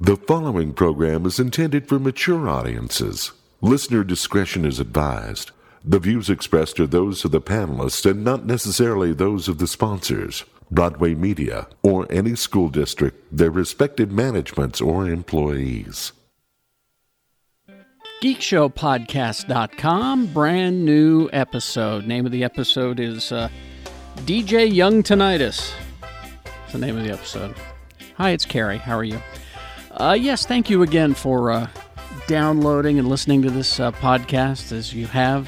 The following program is intended for mature audiences. Listener discretion is advised. The views expressed are those of the panelists and not necessarily those of the sponsors, Broadway Media, or any school district, their respective managements, or employees. geekshowpodcast.com brand new episode name of the episode is uh, dj young tinnitus it's the name of the episode hi it's carrie how are you uh, yes thank you again for uh, downloading and listening to this uh, podcast as you have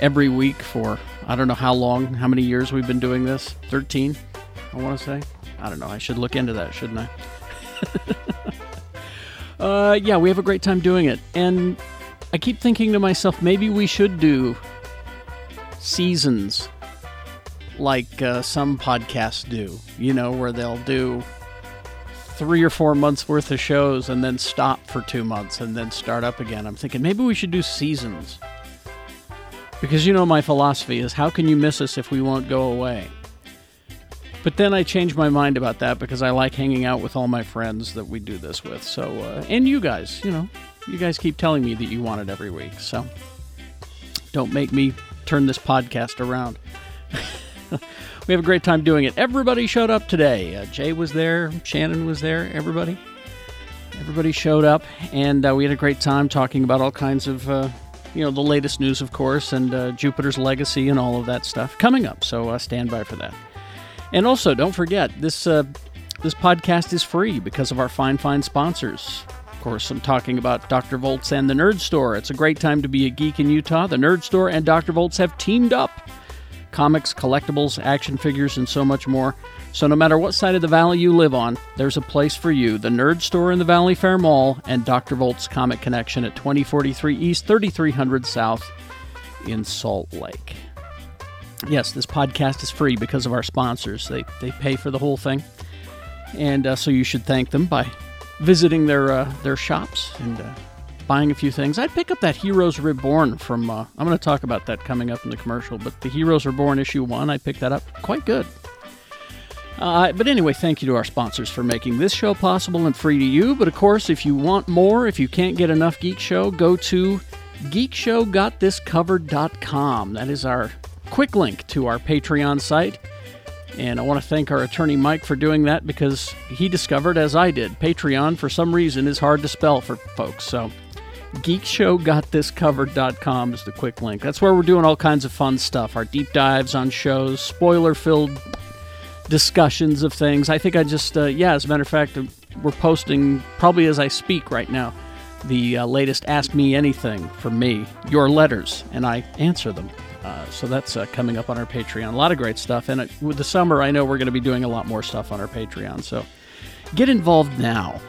every week for i don't know how long how many years we've been doing this 13 i want to say i don't know i should look into that shouldn't i uh, yeah, we have a great time doing it. And I keep thinking to myself, maybe we should do seasons like uh, some podcasts do, you know, where they'll do three or four months worth of shows and then stop for two months and then start up again. I'm thinking maybe we should do seasons. Because you know, my philosophy is how can you miss us if we won't go away? But then I changed my mind about that because I like hanging out with all my friends that we do this with. So, uh, and you guys, you know, you guys keep telling me that you want it every week. So, don't make me turn this podcast around. we have a great time doing it. Everybody showed up today. Uh, Jay was there, Shannon was there, everybody. Everybody showed up, and uh, we had a great time talking about all kinds of, uh, you know, the latest news, of course, and uh, Jupiter's legacy and all of that stuff coming up. So uh, stand by for that. And also, don't forget this uh, this podcast is free because of our fine, fine sponsors. Of course, I'm talking about Dr. Volts and the Nerd Store. It's a great time to be a geek in Utah. The Nerd Store and Dr. Volts have teamed up comics, collectibles, action figures, and so much more. So, no matter what side of the valley you live on, there's a place for you the Nerd Store in the Valley Fair Mall and Dr. Volt's Comic Connection at 2043 East, 3300 South in Salt Lake. Yes, this podcast is free because of our sponsors. They, they pay for the whole thing. And uh, so you should thank them by visiting their, uh, their shops and uh, buying a few things. I'd pick up that Heroes Reborn from. Uh, I'm going to talk about that coming up in the commercial, but the Heroes Reborn issue one, I picked that up. Quite good. Uh, but anyway, thank you to our sponsors for making this show possible and free to you. But of course, if you want more, if you can't get enough Geek Show, go to geekshowgotthiscovered.com. That is our quick link to our Patreon site. And I want to thank our attorney Mike for doing that because he discovered, as I did, Patreon for some reason is hard to spell for folks. So geekshowgotthiscovered.com is the quick link. That's where we're doing all kinds of fun stuff our deep dives on shows, spoiler filled discussions of things. I think I just, uh, yeah, as a matter of fact, we're posting probably as I speak right now the uh, latest Ask Me Anything from me, your letters, and I answer them. Uh, so that's uh, coming up on our Patreon. A lot of great stuff. And it, with the summer, I know we're going to be doing a lot more stuff on our Patreon. So get involved now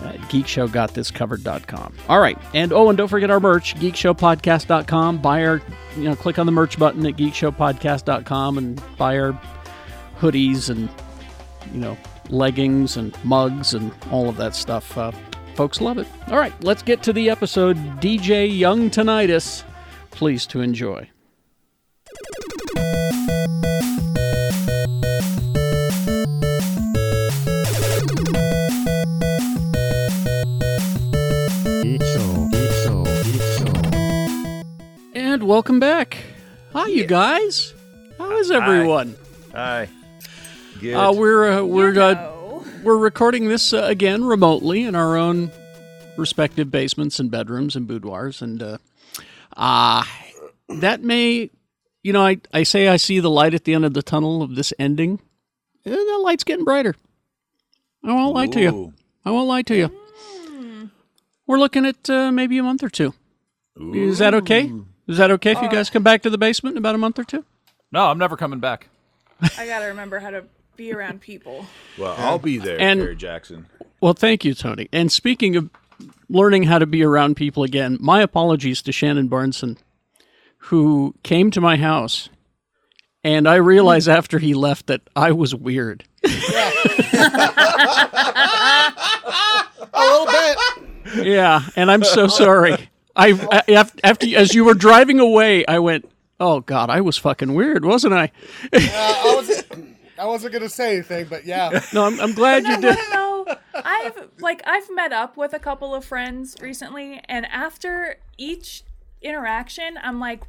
Uh, at geekshowgotthiscovered.com. All right. And oh, and don't forget our merch, geekshowpodcast.com. Buy our, you know, click on the merch button at geekshowpodcast.com and buy our hoodies and, you know, leggings and mugs and all of that stuff. Uh, folks love it. All right. Let's get to the episode DJ Young Tinnitus. Please to enjoy. And welcome back. Hi, you guys. How is everyone? Hi. Good. Uh, we're uh, we're uh, No. we're recording this uh, again remotely in our own respective basements and bedrooms and boudoirs, and uh, uh, that may, you know, I I say I see the light at the end of the tunnel of this ending. Eh, that light's getting brighter. I won't lie to you. Ooh. I won't lie to you. We're looking at uh, maybe a month or two. Is that okay? Is that okay if you guys come back to the basement in about a month or two? No, I'm never coming back. I gotta remember how to be around people. Well, I'll be there, And- Terry Jackson. Well, thank you, Tony. And speaking of learning how to be around people again, my apologies to Shannon Barneson, who came to my house, and I realized after he left that I was weird. A little bit. Yeah, and I'm so sorry. I, I af- after as you were driving away, I went, "Oh God, I was fucking weird, wasn't I?" I wasn't. I wasn't gonna say anything, but yeah. No, I'm, I'm glad you I did. don't know know. I've like I've met up with a couple of friends recently and after each interaction I'm like,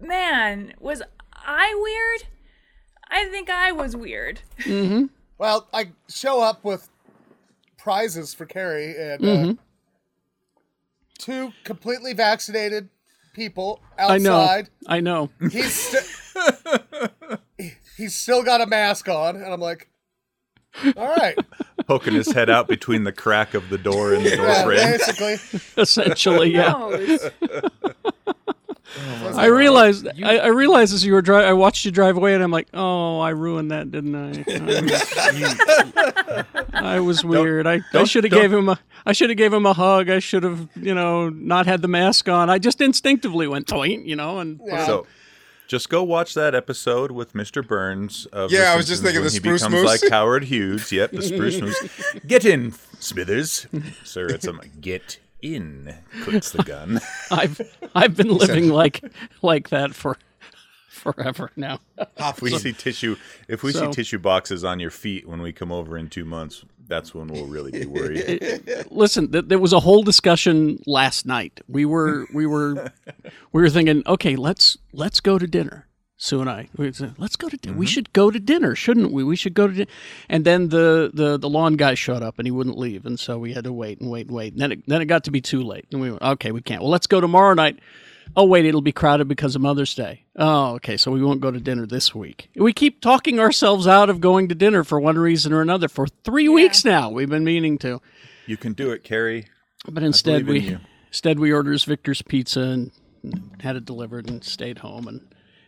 "Man, was I weird?" I think I was weird. Well, I show up with prizes for Carrie and uh, Mm-hmm. two completely vaccinated people I know. outside. I know. He's sti- he's still got a mask on, and I'm like, all right, Poking his head out between the crack of the door and the door yeah, frame. basically. Essentially, yeah. Nose. I realized. I, I realized as you were driving. I watched you drive away, and I'm like, "Oh, I ruined that, didn't I?" I was weird. I, I don't- should have don't- gave him a. I should have gave him a hug. I should have, you know, not had the mask on. I just instinctively went toink, you know, and Yeah. So just go watch that episode with Mr. Burns. Of Yeah, The I was Simpsons just thinking when the he Spruce becomes Moose. like Howard Hughes. Yep, the Spruce Moose. Get in, Smithers. Sir, it's a get in. Clicks the gun. I've I've been living like like that for forever now. If we see tissue, if we So- see tissue boxes on your feet when we come over in two months, that's when we'll really be worried. listen, th- there was a whole discussion last night. We were we were we were thinking, okay, let's let's go to dinner. Sue and I, we said, let's go to dinner. We should go to dinner, shouldn't we? We should go to dinner. And then the, the the lawn guy showed up and he wouldn't leave, and so we had to wait and wait and wait. And then it, then it got to be too late, and we went, okay, we can't. Well, let's go tomorrow night. Oh wait, it'll be crowded because of Mother's Day. Oh, okay, so we won't go to dinner this week. We keep talking ourselves out of going to dinner for one reason or another for three weeks now. We've been meaning to. you can do it, Carrie. But instead, believe we in you. instead we orders Victor's Pizza and had it delivered and stayed home and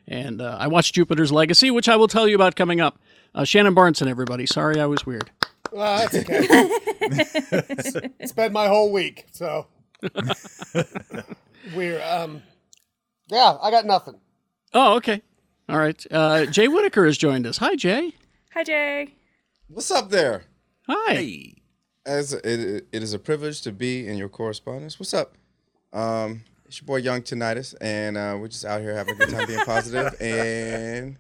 and uh, I watched Jupiter's Legacy, which I will tell you about coming up. Uh, Shannon Barneson, everybody. Sorry, I was weird. Well, that's okay. It's- it's been my whole week, so we're um, yeah, I got nothing. Oh, okay. All right. Uh, Jay Whitaker has joined us. Hi, Jay. Hi Jay. What's up there? Hi. As it, it is a privilege to be in your correspondence. What's up? Um, it's your boy Young Tinnitus, and uh, we're just out here having a good time being positive, and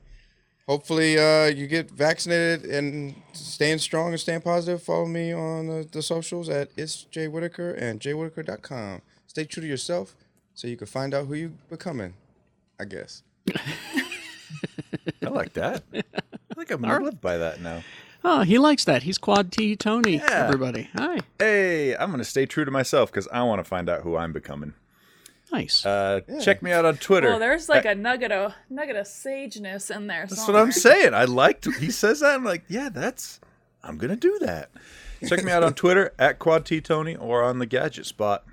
hopefully uh, you get vaccinated and staying strong and staying positive. Follow me on the, the socials at it's Jay Whitaker and jwhitaker.com. Stay true to yourself, so you can find out who you becoming. I guess. I like that. I think I'm gonna live by that now. Oh, he likes that. He's Quad T Tony. Yeah. Everybody. Hi. Hey, I'm gonna stay true to myself because I want to find out who I'm becoming. Nice. Uh, Check me out on Twitter. Well, there's like a nugget of nugget of sageness in there. That's what I'm saying. I liked he says that. I'm like, yeah, that's I'm gonna do that. Check me out on Twitter at Quad T Tony or on the Gadget Spot.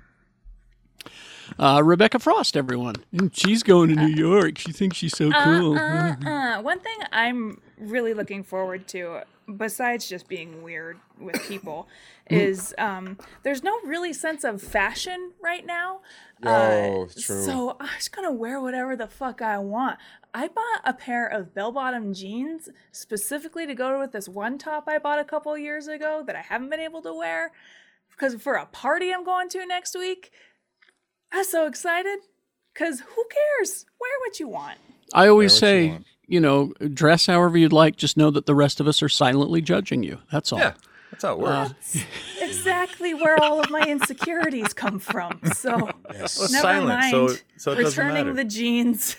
Uh, Rebecca Frost, everyone. She's going to New York. She thinks she's so cool. Uh, uh, one thing I'm really looking forward to, besides just being weird with people, Mm. is um, there's no really sense of fashion right now. Uh, Oh, true. So I'm just gonna wear whatever the fuck I want. I bought a pair of bell-bottom jeans specifically to go with this one top I bought a couple years ago that I haven't been able to wear because for a party I'm going to next week. I'm so excited because who cares? Wear what you want. I always Wear what you say, you, want. know, dress however you'd like. Just know that the rest of us are silently judging you. That's all. Yeah, that's how it works. exactly where all of my insecurities come from. So Well, it's never silent, mind. so- so it doesn't matter. Returning the jeans.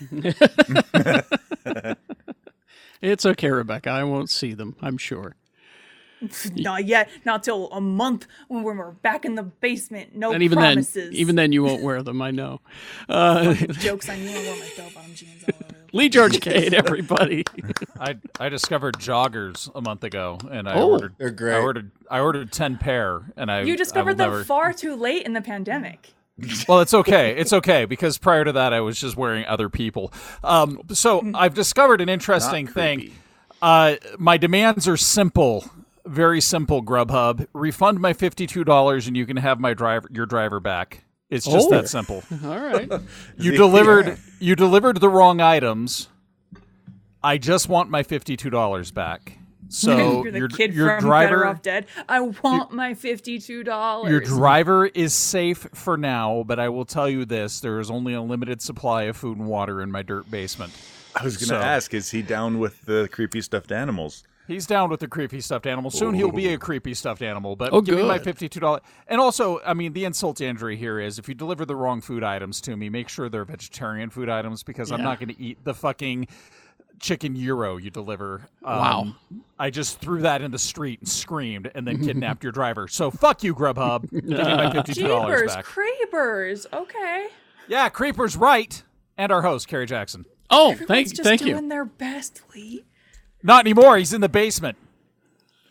It's okay, Rebecca. I won't see them. I'm sure. not yet. Not till a month when we're back in the basement. No And even promises. then, even then, you won't wear them. I know. Uh, jokes on you. I wore my bell bottom jeans all over. Lee George Cade, everybody. I I discovered joggers a month ago, and I Oh. ordered. They're great. I ordered. I ordered ten pair, and I You I will discovered them never- far too late in the pandemic. well, it's okay. It's okay because prior to that, I was just wearing other people. Um, so I've discovered an interesting thing. Uh, my demands are simple, very simple. Grubhub, refund my fifty-two dollars, and you can have my driver, your driver back. It's just Oh. that simple. All right. You delivered. You delivered the wrong items. I just want my fifty-two dollars back. So You're the your, kid your from driver, Better Off Dead. I want my fifty-two dollars. Your driver is safe for now, but I will tell you this: there is only a limited supply of food and water in my dirt basement. I was gonna So- ask, is he down with the creepy stuffed animals? He's down with the creepy stuffed animal. Soon he'll be a creepy stuffed animal. But Oh, give me my good. fifty-two dollar. And also, I mean, the insult to injury here is if you deliver the wrong food items to me, make sure they're vegetarian food items because I'm Yeah. not going to eat the fucking chicken euro you deliver. Um, Wow. I just threw that in the street and screamed, and then kidnapped your driver. So fuck you, Grubhub. Give me my fifty-two dollars Jeepers, back. creepers. Okay. yeah, Creeper's right, and our host Kerry Jackson. Oh, thank, Everyone's just thank doing you. their best, Lee. Not anymore. He's in the basement.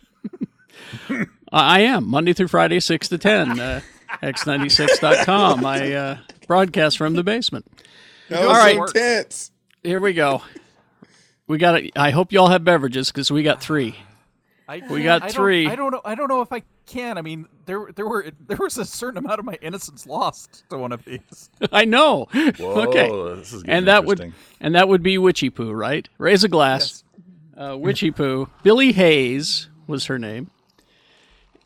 I I am Monday through Friday, six to ten. Uh, X96.com. I uh, broadcast from the basement. That was right. intense. Here we go. We got. it. I hope y'all have beverages because we got three. I, We got I don't- three. I don't know. I don't know if I can. I mean, there there were there was a certain amount of my innocence lost to one of these. I know. okay. Whoa, this is getting And that would interesting. and that would be Witchy Poo, right? Raise a glass. Uh, Witchy Poo. Billy Hayes was her name,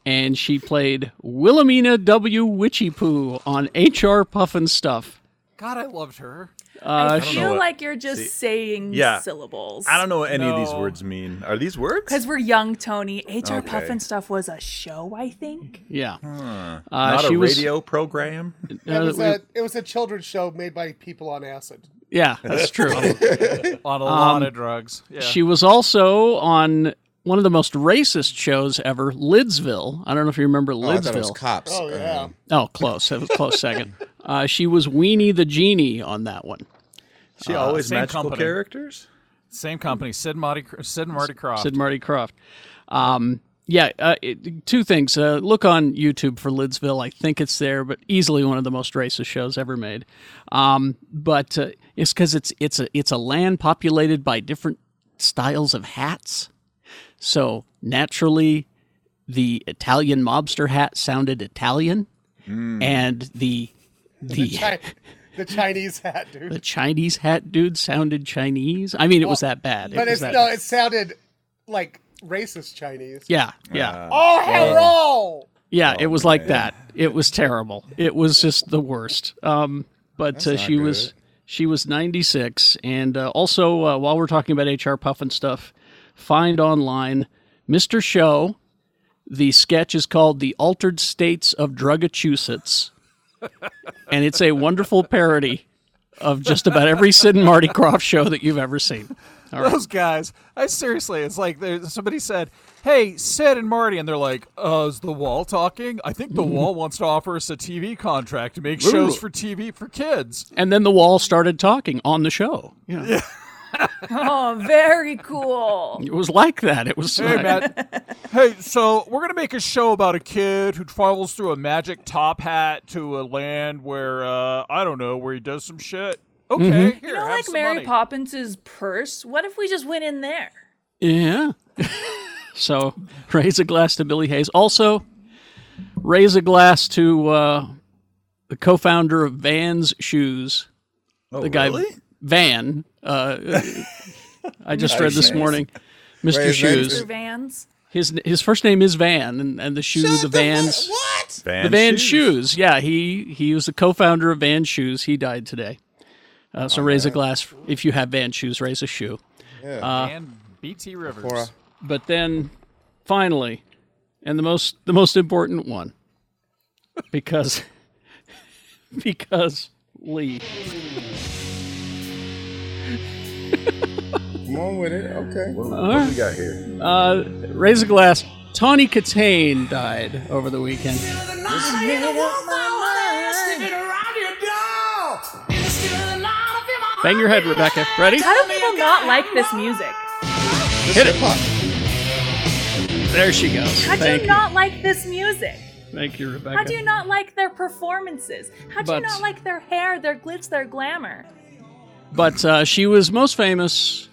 and she played Wilhelmina W. Witchy Poo on HR Puffin Stuff. God, I loved her. Uh, I don't know feel what- like you're just saying Yeah. syllables. I don't know what any of these No. words mean. Are these words? Because we're young, Tony. HR Okay. Puffin stuff was a show, I think. Yeah. Uh, Not she a was- radio program. It was, Uh, we- a, it was a children's show made by people on acid. yeah, that's true. On a lot of drugs. Yeah. Um, She was also on one of the most racist shows ever, Lidsville. I don't know if you remember Oh, I thought it was Lidsville. cops. Oh yeah. Um, Oh, close. That was a close second. Uh, she was Weenie the Genie on that one. She always same magical company. characters. Same company. Sid Marty. Sid and Marty Croft. Sid Marty Croft. Um, yeah, uh, it, two things. Uh, look on YouTube for Lidsville. I think it's there, but easily one of the most racist shows ever made. Um, but uh, it's because it's it's a it's a land populated by different styles of hats. So naturally, the Italian mobster hat sounded Italian, and the the Chi- the Chinese hat, dude. the Chinese hat dude sounded Chinese. I mean, it was that bad. It But was it's that- no, it sounded like racist Chinese. yeah, yeah. Oh hello! Yeah, Oh, it was like that. It was terrible. It was just the worst. Um, but uh, not she was good. she was 96, and uh, also uh, while we're talking about HR Puff and stuff, find online Mr. Show. The sketch is called "The Altered States of Drugachusetts," and it's a wonderful parody of just about every Sid and Marty Croft show that you've ever seen. Those guys. I seriously, it's like there- somebody said, "Hey, Sid and Marty," and they're like, "Uh, is the wall talking? I think the wall wants to offer us a TV contract to make shows for TV for kids." And then the wall started talking on the show. You know, Oh, very cool. It was like that. It was Hey, Matt. hey, so we're gonna make a show about a kid who travels through a magic top hat to a land where uh, I don't know where he does some shit. Okay, here, You know, have like some Mary money. Poppins's purse? What if we just went in there? Yeah. so raise a glass to Billy Hayes. Also, raise a glass to uh, the co founder of Vans Shoes, Oh, the guy really? Van. Uh, I just read this Nice. morning. Mr. Raise Shoes. Mr. Vans? His his first name is Van, and, and the shoe, the Vans, What? the Van shoes. Yeah, he he was the co-founder of Van Shoes. He died today. Uh, so raise a glass if you have Van Shoes. Raise a shoe. and BT Rivers. Cora. But then finally, and the most the most important one. Because because Lee. Come on with it. Okay. What do we got here? Raise a glass. Tawny Katane died over the weekend. Bang your head, Rebecca. Ready? How do people not like this music? Hit it. Pop. There she goes. How do Thank you you. not like this music? Thank you, Rebecca. How do you not like their performances? How do But- you not like their hair, their glitz, their glamour? but uh, she was most famous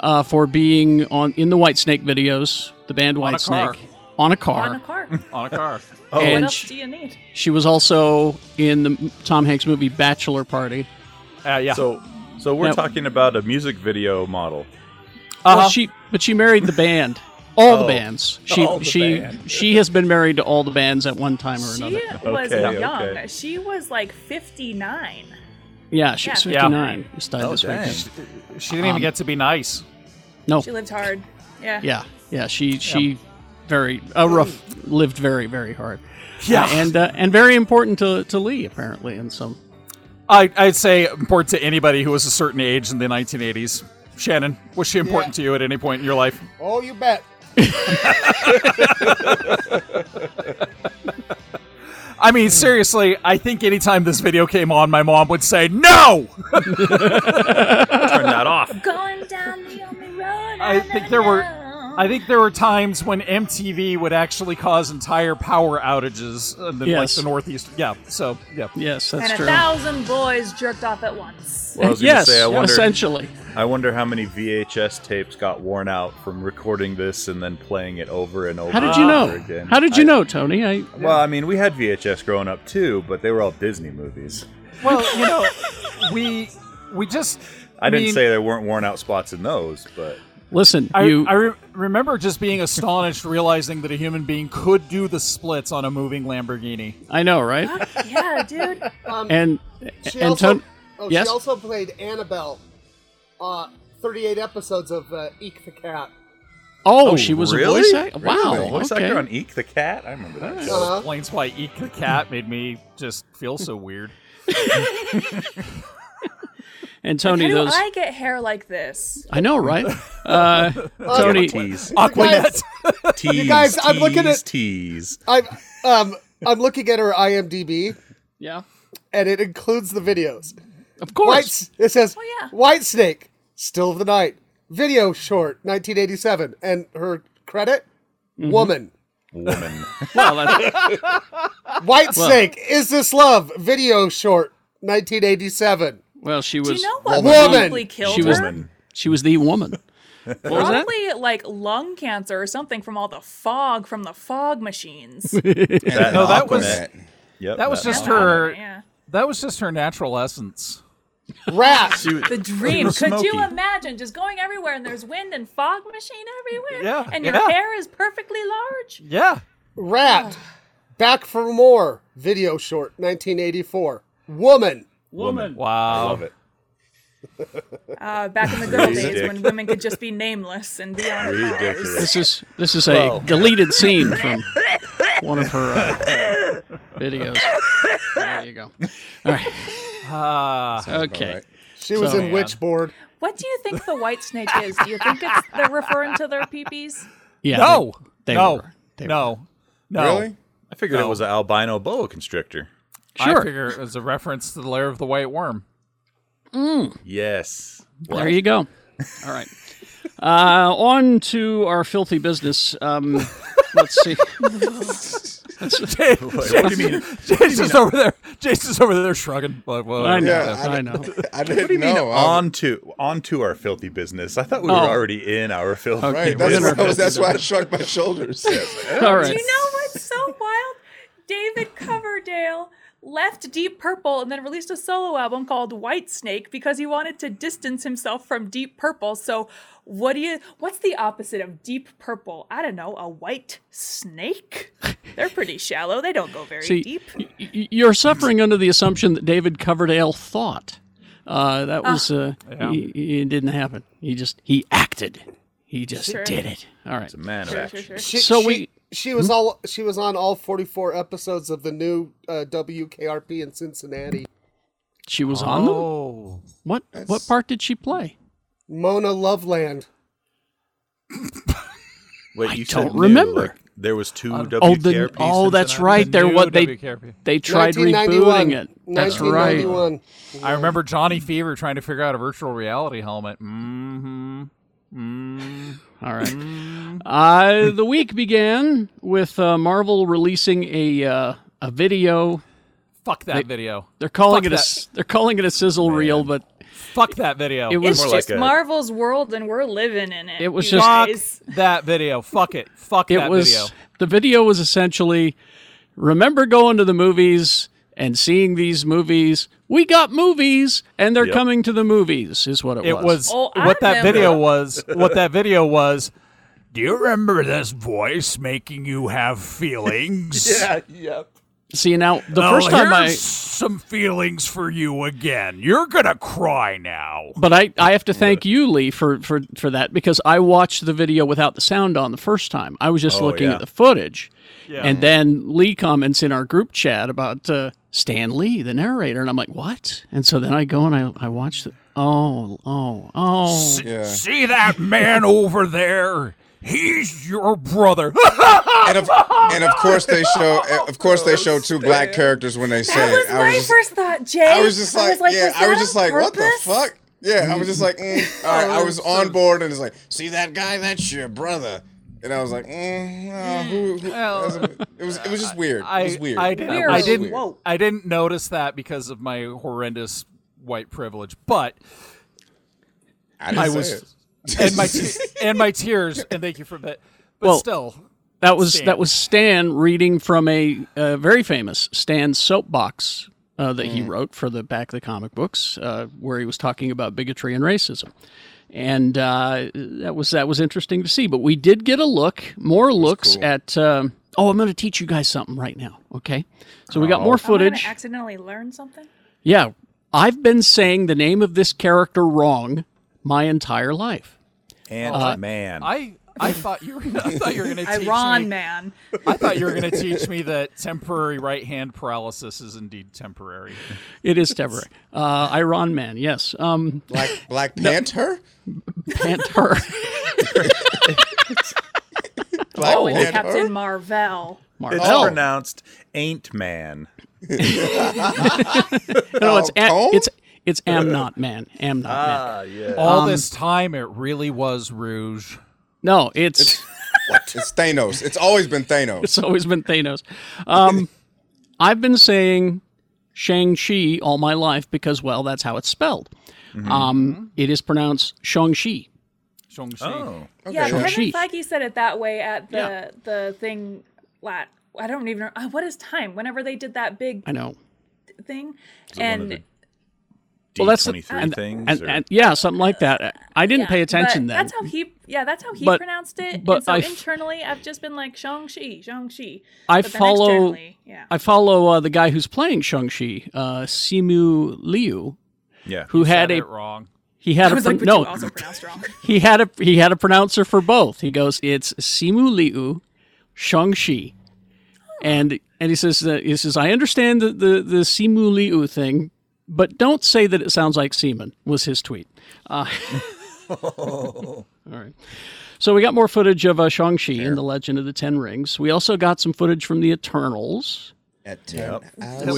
uh, for being on in the White Snake videos, the band On a White Snake, car. on a car. On a car. on a car. and what else she- do you need? She was also in the Tom Hanks movie Bachelor Party. Uh, yeah. So, so we're Now- talking about a music video model. Uh-huh. Well, she but she married the band, all the Oh. bands. She All the she band. she has been married to all the bands at one time or She another. was Okay, young. okay. She was like 59. Yeah, she was Yeah. 59. This time Oh, this dang. week. she didn't even get to be nice. No, She lived hard. Yeah. yeah, Yeah, she she very uh, rough lived very very hard. Yeah. and uh, and very important to to Lee apparently in some. I, I'd say important to anybody who was a certain age in the 1980s. Shannon, was she important to you at any point in your life? Oh, you bet. I Hmm. mean, seriously, I think anytime this video came on, my mom would say, No! Turn that off. Going down the only road. I think there were. know. I think there were times when MTV would actually cause entire power outages in the, Yes. like the Northeast. Yeah, so yeah. Yes, that's and true. a thousand boys jerked off at once. Well, I was gonna yes, say, I wonder, essentially. I wonder how many VHS tapes got worn out from recording this and then playing it over and over. How did you and know? over Again. How did you Ah, I- know, Tony? I Well, I mean, we had VHS growing up too, but they were all Disney movies. Well, you know, we we just. I didn't mean, say there weren't worn out spots in those, but listen. I, you I re- remember just being astonished, realizing that a human being could do the splits on a moving Lamborghini. I know, right? yeah, dude. Um, And she and also, Tony. oh, yes? she also played Annabelle. Uh, 38 episodes of uh, Eek the Cat. Oh, she was really? a voice actor. Wow, Really? Voice okay. actor on Eek the Cat. I remember that. show. Uh-huh. Explains why Eek the Cat made me just feel so weird. and Tony, How those do I get hair like this? I know, right? Uh, Tony, Tease, Aquanet. tease, You guys, I'm looking tease, at- tease. I'm, um, I'm looking at her IMDb, yeah, and it includes the videos. of course. White, it says yeah. White Snake, Still of the Night, video short, 1987, and her credit, Mm-hmm. woman. Woman. Well, that's, White Snake, Is This Love, video short, 1987. well, she was Do you know what Woman. probably killed She her? was- Woman. she was the woman. What was that? Probably like lung cancer or something from all the fog from the fog machines. That, No, and that was- Aquanet. Yep, That was just Yeah. her. Yeah. That was just her natural essence. Rat. The dream. Could you Smoky. imagine just going everywhere and there's wind and fog machine everywhere? Yeah, And your yeah. hair is perfectly large? Yeah. Rat. Back for More, video short, 1984. Woman. Woman. Wow. Love it. Uh, back in the good old days Dick. when women could just be nameless and be on Ridiculous. This is this is a deleted scene from one of her uh, videos. There you go. All right. Ah. Okay. right. She was So- in Witchboard. What do you think the white snake is? Do you think it's they're referring to their peepees? Yeah. no. They, they no. Were. They no. No. Really? I figured it was an albino boa constrictor. Sure. I figure it was a reference to the lair of the white worm. Yes. Were. There you go. All right. Uh, on to our filthy business. Um, let's see. Wait, what do you mean? Jason's over there. Jason's over there shrugging. Like, well, I know. Yeah, I know. I didn't What do you mean know. I was- on to on to our filthy business? I thought we were Oh. already in our filthy. Okay, That's, Women why- are that was- that's filthy. why I shrugged my shoulders. All Do right. you know what's so wild? David Coverdale left Deep Purple and then released a solo album called White Snake because he wanted to distance himself from Deep Purple. So, what do you? What's the opposite of Deep Purple? I don't know. A white snake? They're pretty shallow. They don't go very See, deep. y- y- you're suffering under the assumption that David Coverdale thought. Uh, that Ah. was uh, he- he- it didn't happen. He just he acted. He just Sure. did it. All right. Man of Sure, action. sure, sure. She, So she- we- She was all. She was on all 44 episodes of the new uh, WKRP in Cincinnati. She was on them. Oh. What what part did she play? Mona Loveland. Wait, I you said don't new, remember. like, there was two WKRPs. oh, the, oh, that's right. There what they WKRP. they tried 1991. rebooting it. That's right. 1991. I remember Johnny Fever trying to figure out a virtual reality helmet. Mm-hmm. All right. Uh, the week began with uh, Marvel releasing a uh, a video. Fuck that video. They're calling it Fuck a that. s- they're calling it a sizzle reel, but Fuck that video. it was It's More like just a- Marvel's world, and we're living in it. It was you just- Fuck guys. that video. Fuck it. Fuck it that was video. the video was essentially remember going to the movies and seeing these movies. We got movies, and they're coming to the movies. Is what it, It was Oh, I what that remember. video was. What that video was. Do you remember this voice making you have feelings? Yep. See now, the Oh, first time here's I, some feelings for you again. You're gonna cry now. but I, I have to thank you, Lee, for, for for that because I watched the video without the sound on the first time. I was Oh, just looking yeah. at the footage, and then Lee comments in our group chat about uh, Stan Lee, the narrator, and I'm like, what? And so then I go and I I watch the oh oh oh. Yeah. See that man over there? He's your brother. And of, and of course they show of course they show two black characters when they say That was it. I my was just, first thought, Jay. I was just like, yeah, was I was that just like, on what the purpose? Oh, fuck? Yeah, I was just like, mm, all right, I was on board and it's like, see that guy? That's your brother. And I was like, mm, no, who, who- oh. that was a- it was it was just weird. I, it was weird. I didn't, Weird. I didn't, Whoa. I didn't notice that because of my horrendous white privilege, but I, didn't I say was, it. and my, te- and my tears, and thank you for that. But Well, still, That was Stan. that was Stan reading from a uh, very famous Stan soapbox uh, that he wrote for the back of the comic books, uh, where he was talking about bigotry and racism, and uh, that was that was interesting to see. But we did get a look, more looks at. Um, oh, I'm going to teach you guys something right now. Okay, so we got more Am I gonna footage. accidentally learn something? Yeah, I've been saying the name of this character wrong my entire life. Uh, And man, I, I thought you were, I thought you were gonna teach me, Iran man. I thought you were gonna teach me that temporary right hand paralysis is indeed temporary. It is Deborah. Uh, Iron Man, yes. Um, Black Black Panther? Panther. Black Oh, it's Panther? Captain Marvel. Marvel. it's Oh. pronounced ain't man. No, it's Am- Tom? it's it's am not man. Am Ah. not man. yeah. All Um, this time, it really was Rouge. No, it's It's Thanos. It's always been Thanos. it's always been Thanos. Um, I've been saying Shang Chi all my life because well, that's how it's spelled. Mm-hmm. Um, it is pronounced Shang Chi. Shang-Chi. Oh, yeah, Sure. Kevin Sheesh. Feige said it that way at the Yeah. the thing. Lat. I don't even know uh, what is time. Whenever they did that big I know. thing, one of and the D Well, that's the- twenty three and, things. and, or- and- yeah, something like that. I didn't yeah, pay attention but then. That's how he. Yeah, that's how he But- pronounced it. but and so I f- internally, I've just been like Shang Chi, Shang Chi. I But then follow- externally, Yeah. I follow uh, the guy who's playing Shang Chi, uh, Simu Liu, yeah, who had Said a it wrong. he had I a was pro- like, but no you also pronounced wrong. he had a he had a pronouncer for both. He goes, "It's Simu Liu, Shang Shi," and and he says that he says, "I understand the, the the Simu Liu thing, but don't say that it sounds like semen." Was his tweet. Uh, all right. So we got more footage of uh, Shang Chi in the Legend of the Ten Rings. We also got some footage from the Eternals, At 10 hours.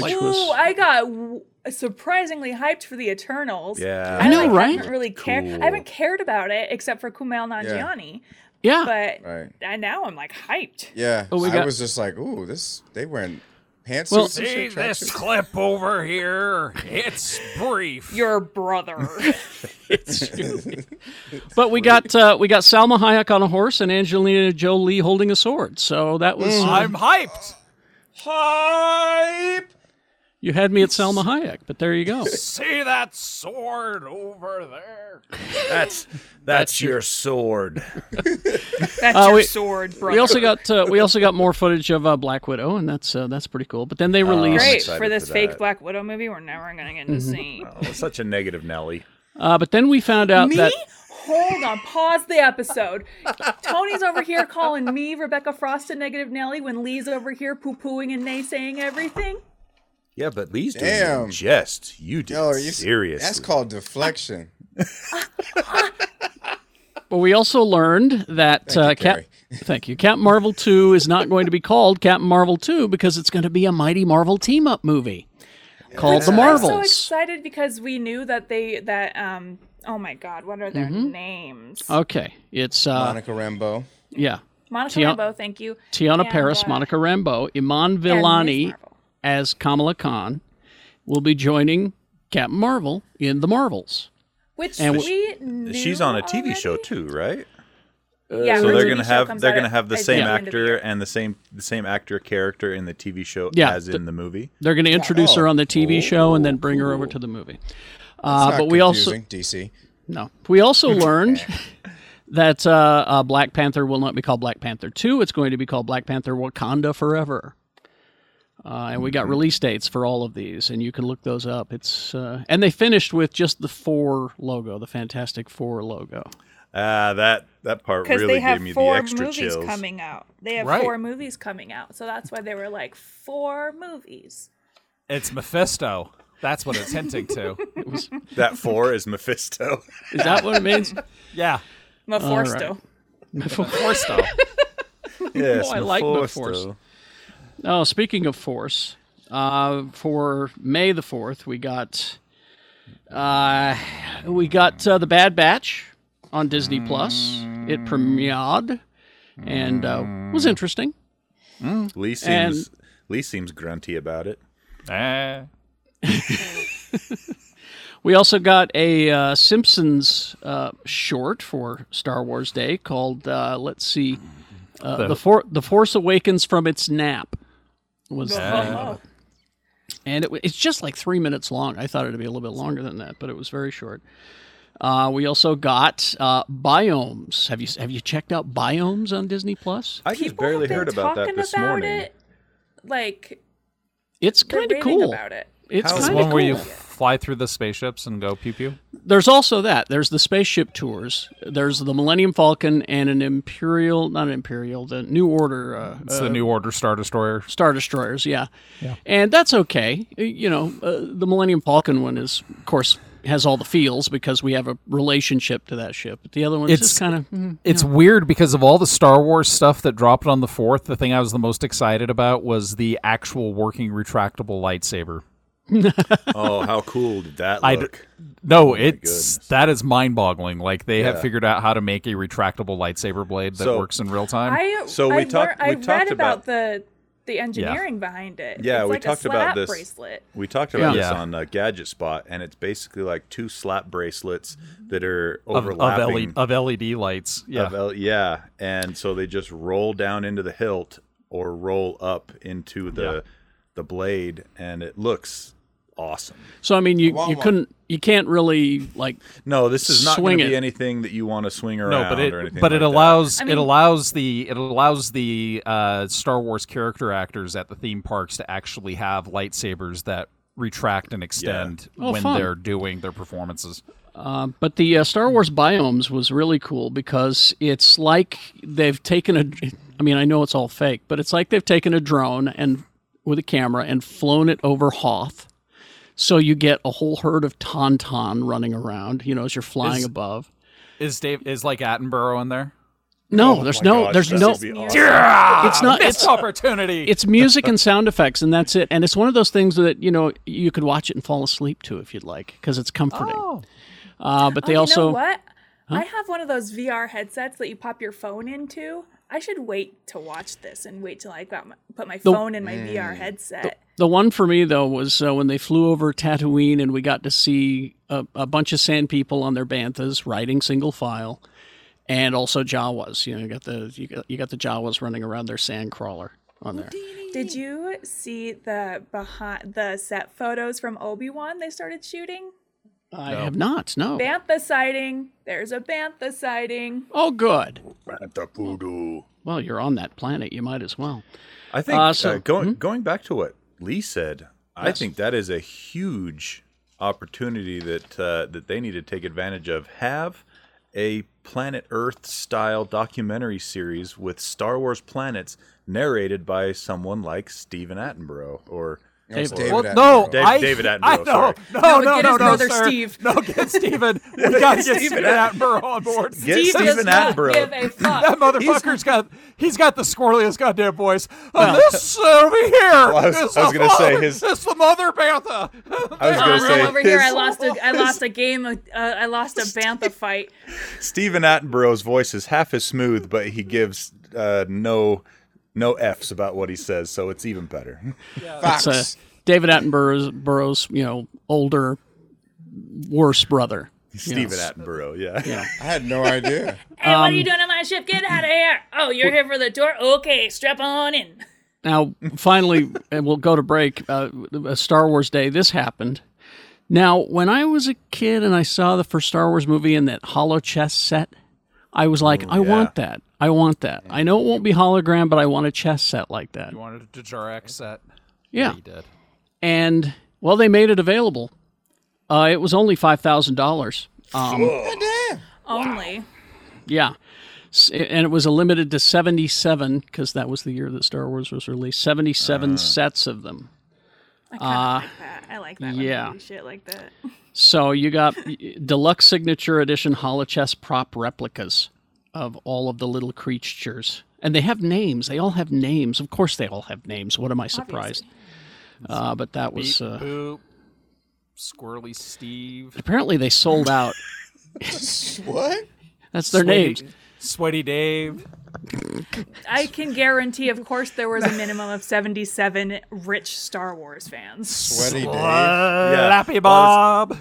which Ooh, was I got w- surprisingly hyped for the Eternals. Yeah. I, I know, like, right? Haven't really cared. Cool. I haven't cared about it except for Kumail Nanjiani, yeah. but Right. I, now I'm like hyped. Yeah. Oh, we I got- was just like, ooh, this they wearing pantsuits Well- and See shit. this tracksuits. clip over here? It's brief. Your brother. But we got uh, we got Salma Hayek on a horse and Angelina Jolie holding a sword. So that was uh, I'm hyped. Hype. you had me at Salma Hayek. But there you go. See that sword over there? that's that's your sword. That's Uh, your we- sword, brother. We also got uh, we also got more footage of uh, Black Widow, and that's uh, that's pretty cool. But then Oh, they Great released, excited for this for fake that. Black Widow movie we're never gonna get to see. Oh, such a negative Nelly. uh, but then we found out Me? that Hold on, pause the episode. Tony's over here calling me Rebecca Frost a negative Nelly when Lee's over here poo pooing and naysaying everything. Yeah, but Lee's doing it Damn. in jest. You did Yo, Yo, you- serious. That's called deflection. but we also learned that uh, Cap, Carrie. thank you, Captain Marvel two is not going to be called Captain Marvel two because it's going to be a Mighty Marvel team up movie called The I'm Marvels. so excited because we knew that they that um oh my god, what are their Mm-hmm. names? okay, it's uh, Monica Rambeau. yeah, Monica Tia- Rambeau, thank you. Tiana And, Paris, uh, Monica Rambeau, Iman and Ms. Villani Marvel. as Kamala Khan will be joining Captain Marvel in The Marvels. Which and we knew She's on a TV show already? too, right? yeah, so her they're TV gonna show have comes they're out gonna at- have the at same the end of the actor year. and the same the same actor character in the TV show Yeah, as th- in the movie. They're going to introduce her on the TV show and then bring her over to the movie. Uh, but we also DC. no, we also learned that uh, uh, Black Panther will not be called Black Panther Two. It's going to be called Black Panther Wakanda Forever. Uh, and we got release dates for all of these, and you can look those up. It's uh, and they finished with just the four logo, the Fantastic Four logo. Ah, that that part because really they have gave me the four extra movies chills. coming out. They have Right. four movies coming out, so that's why they were like four movies. It's Mephisto. That's what it's hinting to. That four is Mephisto. Oh, Is that what it means? Yeah. Mephisto. Mephisto. yes, I like Mephisto. Oh, speaking of force, uh, for May the fourth, we got uh, we got uh, the Bad Batch on Disney Plus. It premiered and uh, was interesting. Lee seems Lee seems grunty about it. Eh. We also got a uh, Simpsons uh, short for Star Wars Day called uh, let's see, uh, the For- the Force Awakens from its nap was the name of it. Oh, and it, w- it's just like three minutes long. I thought it'd be a little bit longer than that, but it was very short. Uh, we also got uh, biomes. Have you have you checked out biomes on Disney Plus? I just people barely have been heard about that talking this about morning. It, like It's they're kind of raving cool. about it. It's kind It's the of one cool. where you fly through the spaceships and go pew pew. There's also that. There's the spaceship tours. There's the Millennium Falcon and an Imperial, not an Imperial, the New Order uh, It's the New Order Star Destroyer. Star Destroyers, yeah. And that's okay. Uh, You know, uh, the Millennium Falcon one is, of course, has all the feels because we have a relationship to that ship. But the other one's It's- just kind of. It's weird because of all the Star Wars stuff that dropped on the 4th, the thing I was the most excited about was the actual working retractable lightsaber. Oh, how cool did that I d- look? Oh No, it's goodness. that is mind-boggling. Like they have Yeah. figured out how to make a retractable lightsaber blade that So- works in real time. I So we I lear- talked- we I read talked about, about- the the engineering behind it. Yeah, It's we like talked a slap about this. bracelet. We talked about Yeah. this Yeah. on uh, Gadget Spot, and it's basically like two slap bracelets that are of, of overlapping. LED, of LED lights. Yeah. of L- yeah, and so they just roll down into the hilt or roll up into the the blade, and it looks awesome. So I mean, you, want you one. couldn't, you can't really like. No, this is not Swing going to it. be anything that you want to swing around no, but or it anything. but like it that. allows mean- it allows the it allows the uh, Star Wars character actors at the theme parks to actually have lightsabers that retract and extend Oh, when fun. they're doing their performances. But the uh, Star Wars biomes was really cool because it's like they've taken a. I mean, I know it's all fake, but it's like they've taken a drone and with a camera and flown it over Hoth. So you get a whole herd of tauntaun running around, you know, as you're flying Is- above. Is Dave is like Attenborough in there? No, there's no, Oh Gosh, there's that no. would be awesome. It's not. Ah! It's It's opportunity. it's music and sound effects, and that's it. And it's one of those things that you know you could watch it and fall asleep to if you'd like, because it's Oh. comforting. Oh. Uh, but Oh, they you also know what? I have one of those VR headsets that you pop your phone into. I should wait to watch this and wait till I got my, put my The- phone in my Mm. VR headset. The one for me though was uh, when they flew over Tatooine and we got to see a, a bunch of sand people on their banthas riding single file, and also Jawas. You know, you got the you got, you got the Jawas running around their sand crawler on there. Did you see the behind the set photos from Obi Wan they started shooting? I have not. No. Bantha sighting. There's a Bantha sighting. Oh, good. Bantha Poodoo. Well, you're on that planet. You might as well. I think Uh, uh, so- going going back to what Lee said, I think that is a huge opportunity that uh, that they need to take advantage of. Have a Planet Earth style documentary series with Star Wars planets narrated by someone like Steven Attenborough or It was David. David Well, Attenborough. no, Dave- I, David Attenborough, I know. sorry. No, No, no, no, get no, his brother, sir. Steve. No, get Steven. We got to get Steven. Steven Attenborough on board. Get Steve does Steven not Attenborough. give a fuck. That motherfucker's got he's got the squirreliest goddamn voice. Uh, this over here. I was- this I was the gonna say mother- his- This the mother bantha. I was Oh, going to no, say over here. I his- lost a I lost a game. Of, uh, I lost a Bantha fight. Steven Attenborough's voice is half as smooth, but he gives uh, no no f's about what he says, so it's even better. Fox. So uh, David Attenborough's Burroughs, you know, older, worse brother. Steven Attenborough, yeah. I had no idea. Hey, what are you doing on my ship? Get out of here! Oh, you're here for the tour. Okay, strap on in. Now, finally, and we'll go to break. Uh, uh, Star Wars Day. This happened. Now, when I was a kid and I saw the first Star Wars movie in that hollow chess set, I was like, I want that. I want that. I know it won't be hologram, but I want a chess set like that. wanted to Jarak set. Yeah. He did. And, well, they made it available. Uh, it was only $5,000. Um, Only. yeah. S- And it was a limited to 77, because that was the year that Star Wars was released, 77 sets of them. I kind of like that. I like that. yeah. When they do shit like that. So you got deluxe signature edition holochess prop replicas of all of the little creatures. And they have names. They all have names. Of course they all have names. What am I surprised? Uh, but that was uh, Boop. Squirrely Steve. apparently they sold out. What? That's their names. Sweaty Dave. I can guarantee, of course, there was a minimum of 77 rich Star Wars fans. Sweaty Dave. Uh, Lappy Well, Bob.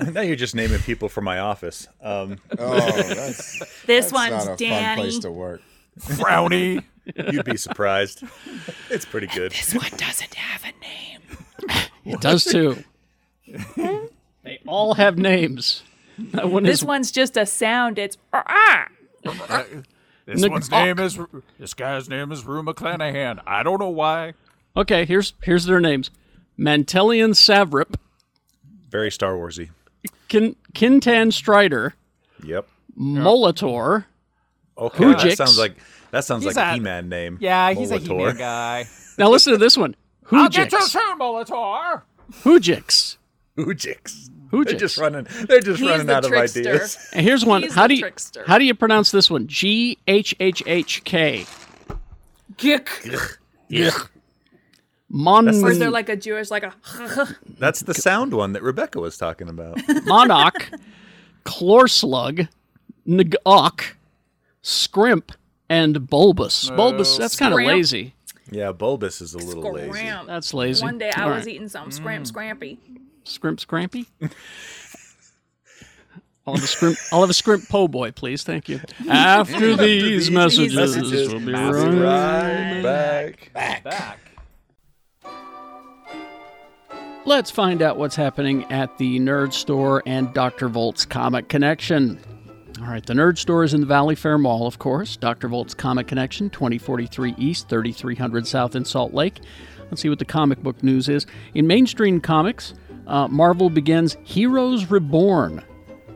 now you're just naming people from my office. Um, Oh, that's, This not a one's fun Danny. place to work. Frowny. you'd be surprised. It's pretty good. This one doesn't have a name. It does too. they all have names. That one This is one's just a sound. It's ah. This Nick one's Hawk. name is this guy's name is Rue McClanahan. I don't know why. Okay, here's here's their names. Mantellian Savrip, Very Star Warsy. Kin- Kintan Strider, Yep. Molitor, Okay. Hoojix. That sounds like that sounds He's like a a- He-Man name. Molitor. He-Man guy. Now listen to this one. Hoojix. soon, Molitor. Hoojix. Hoojix. They're Hoojix. just running. They're just He's running the out trickster. of ideas. And here's one. He's How the do you trickster. how do you pronounce this one? G H H H K. Gick. Mon Or is there like a Jewish like a? That's the sound one that Rebecca was talking about. Monarch, Chlorslug, Ngok, Scrimp, and Bulbous. Bulbous. That's kind of Scrimp. lazy. yeah, Bulbous is a little lazy. Scramp. That's lazy. One day I All was e- right. eating some scramp scrampy. Scrimp Scrampy. I'll have a scrimp. I'll have a scrimp po' boy, please. Thank you. After these messages, messages, will be We'll right be right back. Back. Let's find out what's happening at the Nerd Store and Dr. Volt's Comic Connection. All right, the Nerd Store is in the Valley Fair Mall, of course. Dr. Volt's Comic Connection, 2043 East, 3300 South in Salt Lake. Let's see what the comic book news is. In mainstream comics, uh, Marvel begins Heroes Reborn,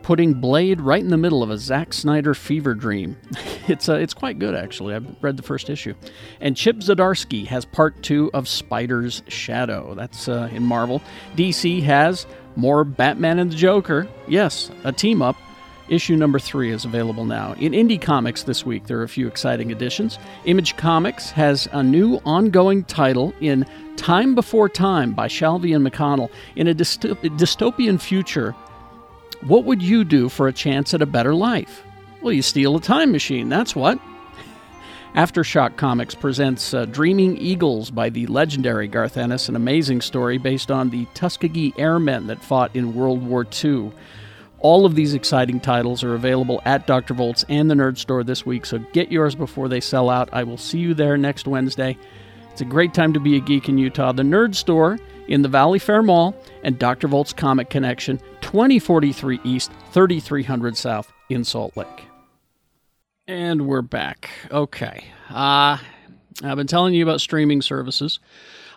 putting Blade right in the middle of a Zack Snyder fever dream. It's, uh, it's quite good, actually. I've read the first issue. And Chip Zdarsky has part two of Spider's Shadow. That's uh, in Marvel. DC has more Batman and the Joker. Yes, a team up. Issue number three is available now. In Indie Comics this week, there are a few exciting additions. Image Comics has a new ongoing title in Time Before Time by Shalvey and McConnell. In a dystop- dystopian future, what would you do for a chance at a better life? Well, you steal a time machine, that's what. Aftershock Comics presents uh, Dreaming Eagles by the legendary Garth Ennis, an amazing story based on the Tuskegee Airmen that fought in World War II. All of these exciting titles are available at Dr. Volt's and the Nerd Store this week, so get yours before they sell out. I will see you there next Wednesday. It's a great time to be a geek in Utah. The Nerd Store in the Valley Fair Mall and Dr. Volt's Comic Connection, 2043 East, 3300 South in Salt Lake. And we're back. Okay. Uh, I've been telling you about streaming services.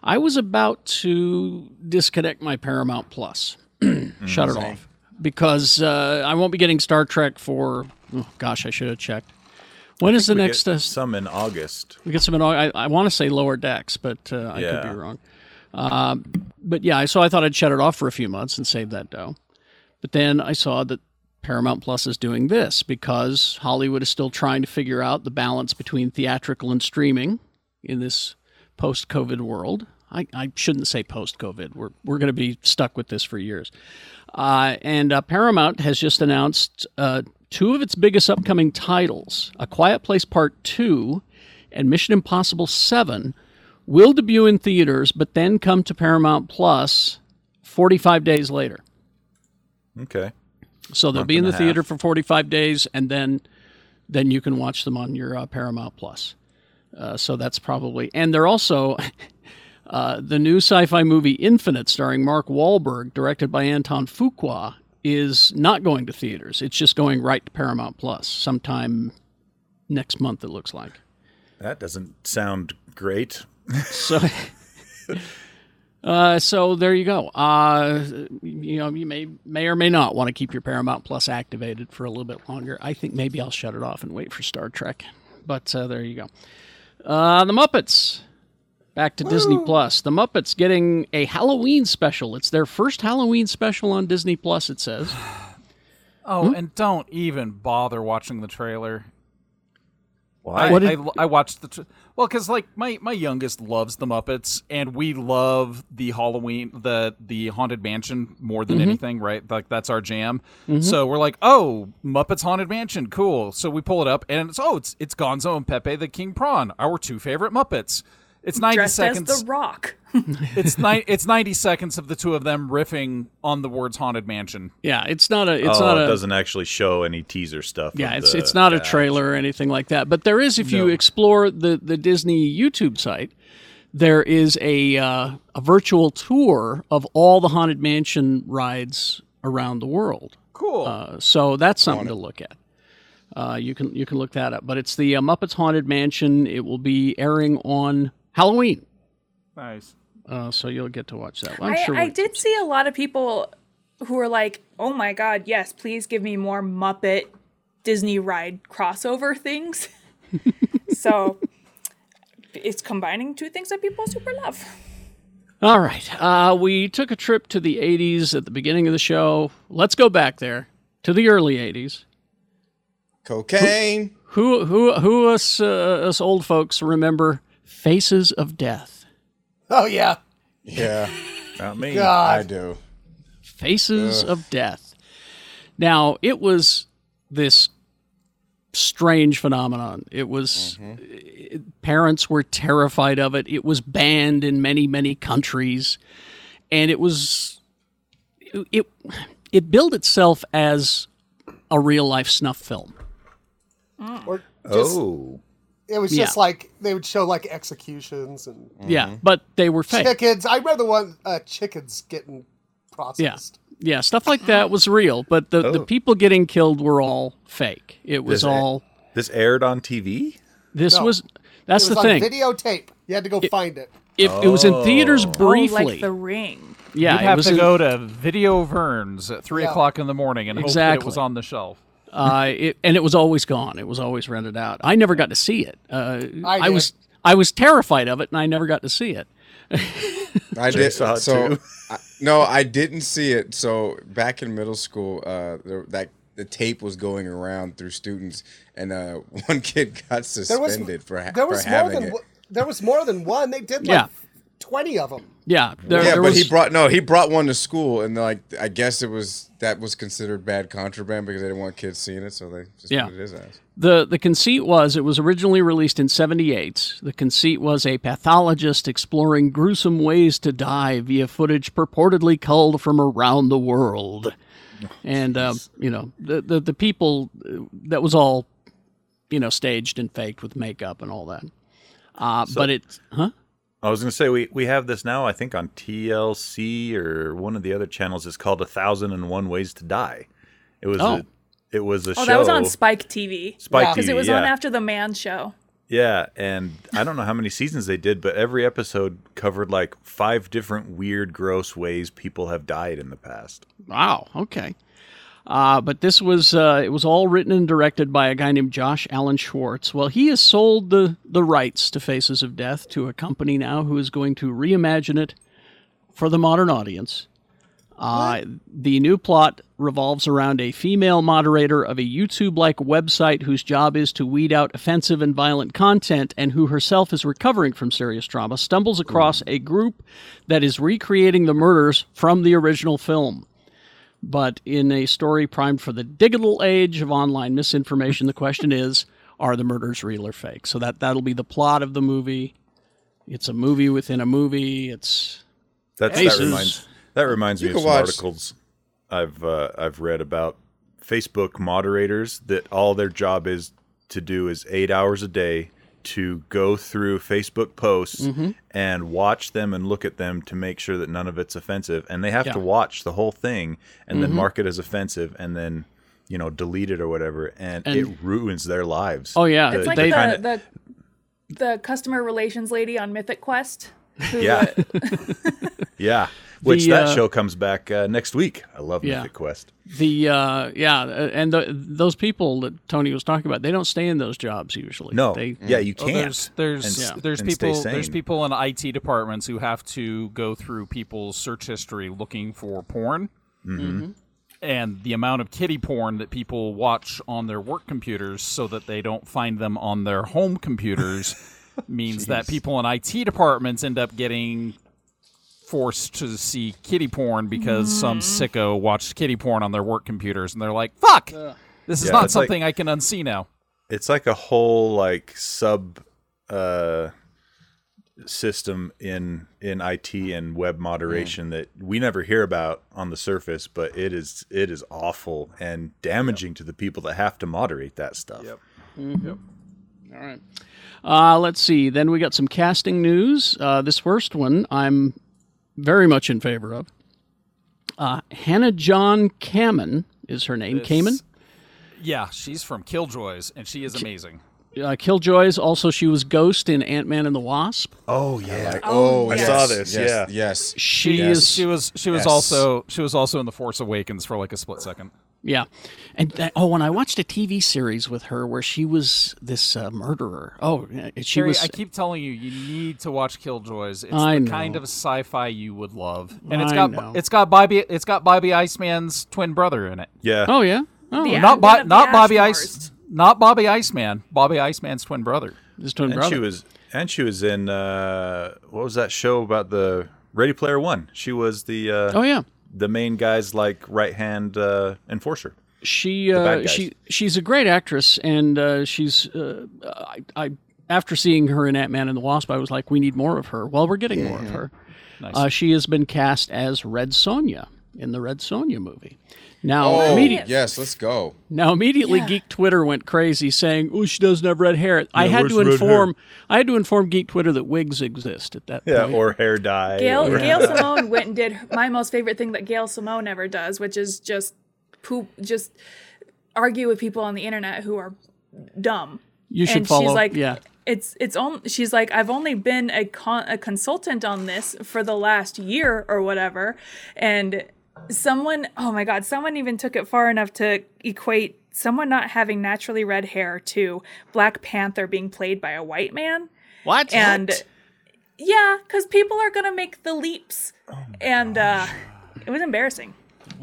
I was about to disconnect my Paramount Plus, shut it off, because uh, I won't be getting Star Trek for, oh, gosh, I should have checked. When is the We next? get uh, some in August. we get some. I, I want to say lower decks, but uh, I could Yeah. be wrong. Um, but yeah, so I thought I'd shut it off for a few months and save that dough. But then I saw that Paramount Plus is doing this because Hollywood is still trying to figure out the balance between theatrical and streaming in this post-COVID world. I, I shouldn't say post-COVID. We're we're going to be stuck with this for years. Uh, and uh, Paramount has just announced uh, two of its biggest upcoming titles A Quiet Place Part 2 and Mission Impossible 7 will debut in theaters, but then come to Paramount Plus 45 days later. Okay. So they'll Month be in and the a half. theater for 45 days, and then then you can watch them on your uh, Paramount Plus. Uh, so that's probably, and they're also uh, the new sci-fi movie Infinite, starring Mark Wahlberg, directed by Anton Fuqua, is not going to theaters. It's just going right to Paramount Plus sometime next month. It looks like. That doesn't sound great. So Uh, so there you go. Uh, you know, you may may or may not want to keep your Paramount Plus activated for a little bit longer. I think maybe I'll shut it off and wait for Star Trek. But uh, there you go. Uh, the Muppets. Back to Disney Plus. The Muppets getting a Halloween special. It's their first Halloween special on Disney Plus. It says. Oh, and don't even bother watching the trailer. Why? I, I, I watched the tr well because like my my youngest loves the Muppets and we love the Halloween the the Haunted Mansion more than Mm-hmm. anything right like that's our jam so we're like oh Muppets Haunted Mansion cool so we pull it up and it's oh it's it's Gonzo and Pepe the King Prawn our two favorite Muppets it's ninety Dressed seconds as the Rock. it's ni- it's ninety seconds of the two of them riffing on the words Haunted Mansion Yeah, it's not a. It's oh, not a. it doesn't actually show any teaser stuff. Yeah, of it's the- it's not a yeah. trailer or anything like that. But there is, if you explore the the Disney YouTube site, there is a uh, a virtual tour of all the haunted mansion rides around the world. cool Uh, so that's something to look at. Uh, you can you can look that up. But it's the uh, Muppets Haunted Mansion. It will be airing on Halloween, nice uh, so you'll get to watch that. Well, I'm I, sure. I we- did see a lot of people who were like, "Oh my god, yes, please give me more Muppet Disney ride crossover things." so it's combining two things that people super love. All right. Uh, we took a trip to the 80s at the beginning of the show. Let's go back there to the early 80s. Cocaine. Who who who us uh, us old folks remember Faces of Death? Oh yeah. Yeah, Not me. I God. do. Faces of Death. Now, it was this strange phenomenon. It was it- parents were terrified of it. It was banned in many many countries and it was it it, it billed itself as a real life snuff film. Or just, Oh, It was just Yeah. like they would show like executions and Yeah, but they were fake. chickens. I read the one uh, chickens getting processed. Yeah, stuff like that was real, but the, the people getting killed were all fake. It was Is it- all this aired on TV. this No. was It that's was the on thing. videotape. You had to go find it. If it was in theaters Oh, briefly, like The Ring. yeah, You'd it have was to in- go to Video Verne's at three Yeah. o'clock in the morning and hope that it was Exactly. on the shelf. uh, it, and it was always gone. It was always rented out. I never got to see it. Uh, I I did. was I was terrified of it, and I never got to see it. I did. saw it so too. I, no, I didn't see it. So back in middle school, uh, there, that the tape was going around through students, and uh, one kid got There was suspended for ha- there for was more having than it. one- there was more than one. They did like Yeah. twenty of them. Yeah, there, yeah, there but was, he brought no, he brought one to school, and like I guess it was that was considered bad contraband because they didn't want kids seeing it, so they just Yeah. put it in his ass. The the conceit was it was originally released in 78. The conceit was a pathologist exploring gruesome ways to die via footage purportedly culled from around the world. And um, you know, the the, the people uh, that was all you know, staged and faked with makeup and all that. Uh, but it huh? I was going to say we we have this now. I think on TLC or one of the other channels. It's called A Thousand and One Ways to Die. It was Oh. a it was a Oh, show. that was on Spike TV. Spike Because TV, it was yeah. on after the Man Show. Yeah, and I don't know how many seasons they did, but every episode covered like five different weird, gross ways people have died in the past. Wow, okay. Uh, but this was uh, it was all written and directed by a guy named Josh Allen Schwartz. Well, he has sold the the rights to Faces of Death to a company now who is going to reimagine it for the modern audience. Uh, the new plot revolves around a female moderator of a YouTube-like website whose job is to weed out offensive and violent content, and who herself is recovering from serious trauma, stumbles across a group that is recreating the murders from the original film. But in a story primed for the digital age of online misinformation, the question is are the murders real or fake? So that, that'll be the plot of the movie. It's a movie within a movie. It's. That's Faces. that reminds that reminds me of You can some watch- articles I've uh, I've read about Facebook moderators that all their job is to do is eight hours a day to go through Facebook posts Mm-hmm. and watch them and look at them to make sure that none of it's offensive, and they have to Yeah. watch the whole thing and Mm-hmm. then mark it as offensive and then you know delete it or whatever, and, it ruins their lives. Oh, yeah. It's like they, the, Uh, kinda- the the customer relations lady on Mythic Quest. Yeah. yeah. Which The, that uh, show comes back uh, next week. I love Yeah. Mythic Quest. The uh, yeah, and th those people that Tony was talking about, they don't stay in those jobs usually. No. they yeah, you Well, can't. Oh, there's there's and s- there's and stay people there's sane. people in IT departments who have to go through people's search history looking for porn. Mm-hmm. Mm-hmm. And the amount of kitty porn that people watch on their work computers so that they don't find them on their home computers means that people in IT departments end up getting forced to see kitty porn because some sicko watched kitty porn on their work computers and they're like, fuck, this is Yeah, not it's like- something I can unsee now. it's like a whole like sub uh system in in IT and web moderation that we never hear about on the surface but it is it is awful and damaging to the people that have to moderate that stuff. All right. Uh, let's see. Then we got some casting news. Uh, this first one I'm very much in favor of. Uh, Hannah John Kamen is her name. Kamen. Yeah, she's from Killjoys and she is amazing. Uh, Killjoys. Also, she was Ghost in Ant Man and the Wasp. Oh yeah. Oh, I yes, saw this, Yes, yeah. Yes. She Yes. is. She was she was Yes. also she was also in the Force Awakens for like a split second. Yeah. And that, oh, and I watched a TV series with her where she was this uh, murderer. Oh, yeah, she Terry, was. I keep telling you, you need to watch Killjoys. It's I the know. kind of sci-fi you would love, and it's I got know. it's got Bobby it's got Bobby Iceman's twin brother in it. Yeah. oh yeah. Oh, Yeah. one Not Bo- of the not Bobby Ice Ashmores. not Bobby Iceman. Bobby Iceman's twin brother. his twin and brother. she was and she was in uh what was that show about the Ready Player 1? She was the uh oh yeah. the main guy's like right-hand uh enforcer. She bad uh, guys. she she's a great actress, and uh, she's uh, I, I after seeing her in Ant Man and the Wasp, I was like, we need more of her. Well, we're getting more of her. Uh, she has been cast as Red Sonja in the Red Sonja movie. Now, Oh, immedi- yes. Let's go. now immediately, Geek Twitter went crazy, saying, "Oh, she doesn't have red hair." I had where's to red hair? inform I had to inform Geek Twitter that wigs exist at that Yeah, point. or hair dye. Gail, or- Gail Simone went and did my most favorite thing that Gail Simone ever does, which is just poop, just argue with people on the internet who are dumb. you should and follow. she's like, yeah, It's it's only she's like I've only been a con- a consultant on this for the last year or whatever, and someone oh my god someone even took it far enough to equate someone not having naturally red hair to Black Panther being played by a white man what? and yeah because people are gonna make the leaps Oh and uh, it was embarrassing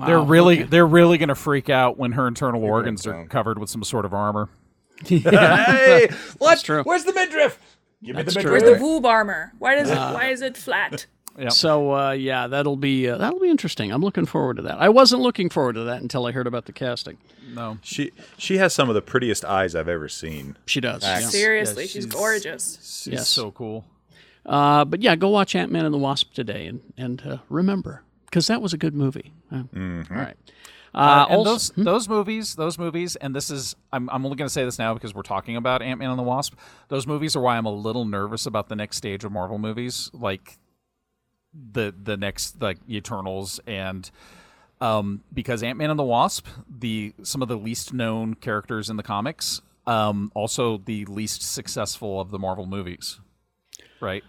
they're really they're really gonna freak out when her internal organs are covered with some sort of armor. hey, what? true. Where's the midriff? Give me the true. midriff. where's the boob armor why does it Uh, why is it flat So uh, yeah, that'll be uh, that'll be interesting. I'm looking forward to that. I wasn't looking forward to that until I heard about the casting. No. She she has some of the prettiest eyes I've ever seen. She does. Yeah. seriously Yeah, she's she's- gorgeous She's Yes. so cool. Uh, but yeah, go watch Ant Man and the Wasp today and and uh, remember because that was a good movie. Uh, Mm-hmm. all right. Uh, and also, those those movies, those movies, and this is I'm I'm only going to say this now because we're talking about Ant Man and the Wasp. Those movies are why I'm a little nervous about the next stage of Marvel movies, like the the next like Eternals and um because Ant Man and the Wasp, the some of the least known characters in the comics, um also the least successful of the Marvel movies, right?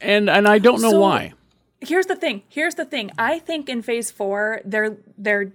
and and I don't know So- why. here's the thing here's the thing i think in phase four they're they're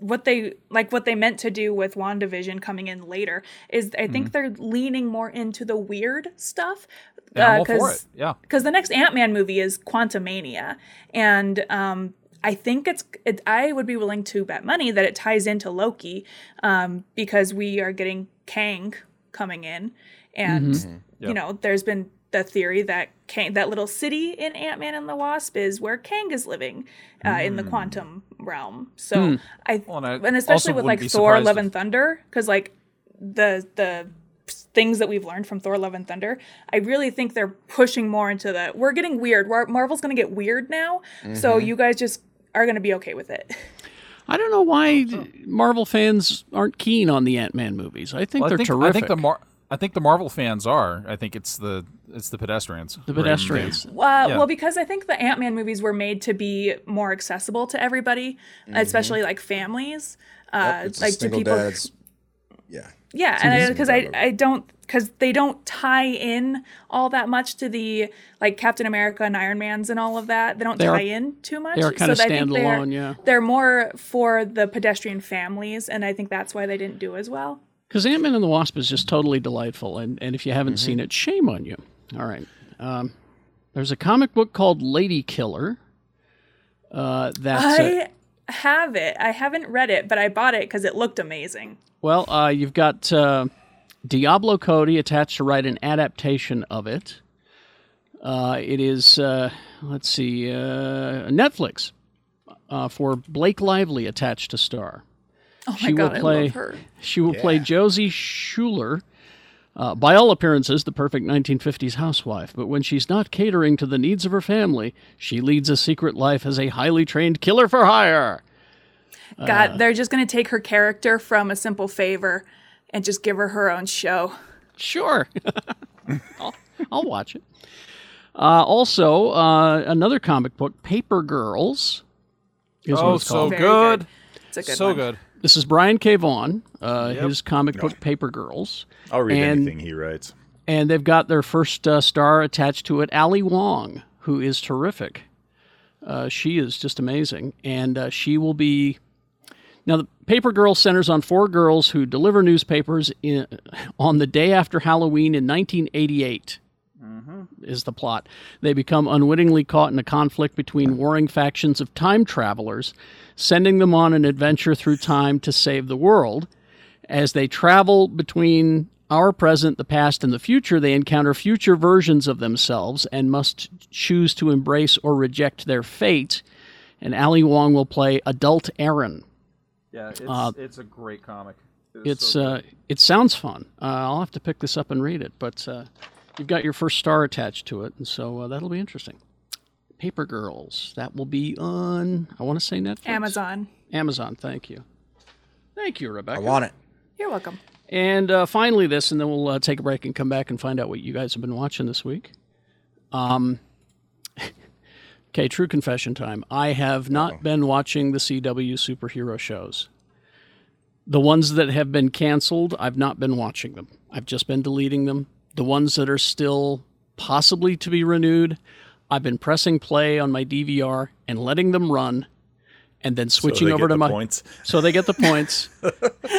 what they like what they meant to do with wandavision coming in later is i Mm-hmm. think they're leaning more into the weird stuff And Uh, I'm all for it. because Yeah. because the next ant-man movie is quantumania and um I think it's. It, I would be willing to bet money that it ties into Loki, um, because we are getting Kang coming in, and Mm-hmm. you know, there's been the theory that Kang, that little city in Ant Man and the Wasp is where Kang is living uh, in the quantum realm. So I, Well, and I and especially also with wouldn't like be Thor: surprised Love if- and Thunder, because like the the things that we've learned from Thor: Love and Thunder, I really think they're pushing more into the we're getting weird. We're, Marvel's going to get weird now, so Mm-hmm. you guys just are going to be okay with it. Uh, I don't know why Marvel fans aren't keen on the Ant Man movies. I think Well, they're I think, terrific. I think the Mar- I think the Marvel fans are. I think it's the it's the pedestrians. the pedestrians. Uh, Well, because I think the Ant Man movies were made to be more accessible to everybody, especially like families, uh, Mm-hmm. It's a like to single people. dads. Yeah. Yeah, and because I, I, don't because they don't tie in all that much to the like Captain America and Iron Man's and all of that. They don't They are- tie in too much. they are kinda that I think they're- standalone, yeah. They're more for the pedestrian families, and I think that's why they didn't do as well. Because Ant Man and the Wasp is just totally delightful, and, and if you haven't seen it, shame on you. All right. Um, there's a comic book called Lady Killer. Uh, that's a- I have it. I haven't read it, but I bought it because it looked amazing. well, uh, you've got uh, Diablo Cody attached to write an adaptation of it. Uh, it is, uh, let's see, uh, Netflix uh, for Blake Lively attached to star. Oh my She will god, I play- love her. She will play Josie Schuler, uh, by all appearances, the perfect 1950s housewife. But when she's not catering to the needs of her family, she leads a secret life as a highly trained killer for hire. uh, God, they're just gonna take her character from A Simple Favor and just give her her own show. Sure. I'll, I'll watch it. Uh, also, uh, another comic book, Paper Girls, is what Oh, it's so called. Very good. good. It's a good so one. good. This is Brian K. Vaughan, uh, his comic book, Paper Girls. I'll read And- anything he writes. and they've got their first uh, star attached to it, Ali Wong, who is terrific. Uh, she is just amazing, and uh, she will be. Now, the Paper Girl centers on four girls who deliver newspapers in, on the day after Halloween in 1988. Is the plot. They become unwittingly caught in a conflict between warring factions of time travelers, sending them on an adventure through time to save the world. As they travel between our present, the past, and the future, they encounter future versions of themselves and must choose to embrace or reject their fate. And Ali Wong will play adult Aaron. Yeah, it's, Uh, it's a great comic. It's uh, it sounds fun. Uh, I'll have to pick this up and read it, but uh, you've got your first star attached to it, and so uh, that'll be interesting. Paper Girls. That will be on. I want to say Netflix. Amazon. Amazon. Thank you. Thank you, Rebecca. I want it. You're welcome. And uh, finally, this, and then we'll uh, take a break and come back and find out what you guys have been watching this week. Um, okay, true confession time. I have not Uh-huh. been watching the CW superhero shows. The ones that have been canceled, I've not been watching them. I've just been deleting them. The ones that are still possibly to be renewed, I've been pressing play on my DVR and letting them run, and then switching they over get to the my points. so they get the points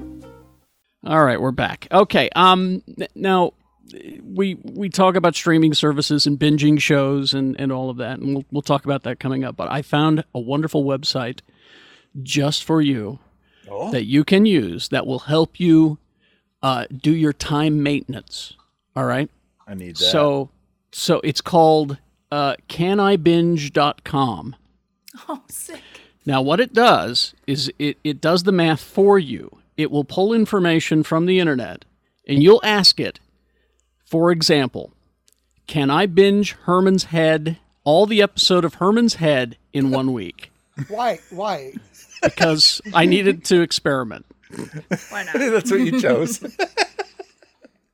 All right, we're back. Okay. Um. n- Now, we we talk about streaming services and binging shows and and all of that, and we'll we'll talk about that coming up. But I found a wonderful website just for you that you can use that will help you uh, do your time maintenance. All right. I need that. So so it's called uh, canibinge.com. Oh, sick. Now, what it does is it, it does the math for you. It will pull information from the internet and you'll ask it, for example, can I binge Herman's Head, all the episode of Herman's Head in one week? Why? Why? Because I needed to experiment. Why not? that's what you chose.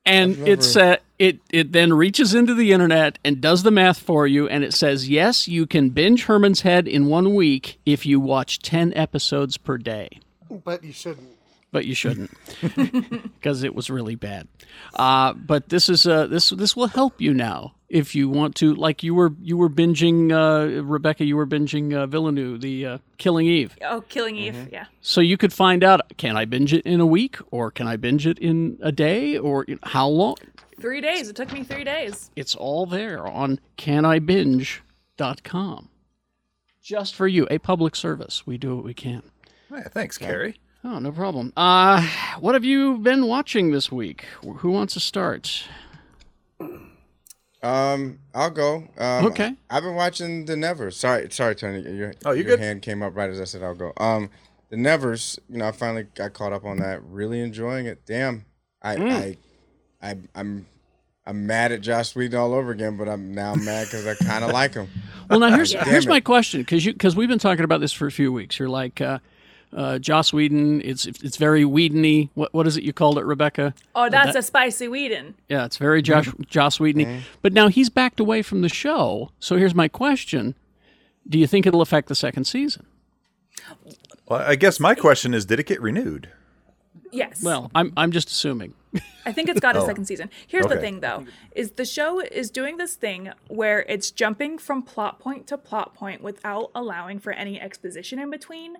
And it sa- it it then reaches into the internet and does the math for you and it says, "Yes, you can binge Herman's Head in one week if you watch 10 episodes per day." But you shouldn't. but you shouldn't because it was really bad. Uh, but this is uh, this this will help you now if you want to. Like you were you were binging uh, Rebecca, you were binging uh, Villeneuve, the uh, Killing Eve. Oh, Killing Mm-hmm. Eve. Yeah. So you could find out can I binge it in a week or can I binge it in a day or you know, how long? Three days. It took me three days. It's all there on canibinge.com. Just for you, a public service. We do what we can. Yeah, thanks, Carrie. Oh, no problem. Uh, what have you been watching this week? Who wants to start? Um, I'll go. Um, Okay. I've been watching The Nevers. Sorry, sorry, Tony. Your, Oh, you're your good. hand came up right as I said I'll go. Um, The Nevers. You know, I finally got caught up on that. Really enjoying it. Damn, I, I, I, I'm, I'm mad at Josh Whedon all over again, but I'm now mad because I kind of like him. Well, now here's here's it. my question because you because we've been talking about this for a few weeks. You're like, uh, uh, Joss Whedon. It's it's very Whedon-y. What what is it you called it, Rebecca? Oh, that's a spicy Whedon. Yeah, it's very Josh Joss Whedon. But now he's backed away from the show. So here's my question: Do you think it'll affect the second season? Well, I guess my question is, did it get renewed? Yes. Well, I'm I'm just assuming. I think it's got Oh. a second season. Here's the Okay. thing though, is the show is doing this thing where it's jumping from plot point to plot point without allowing for any exposition in between.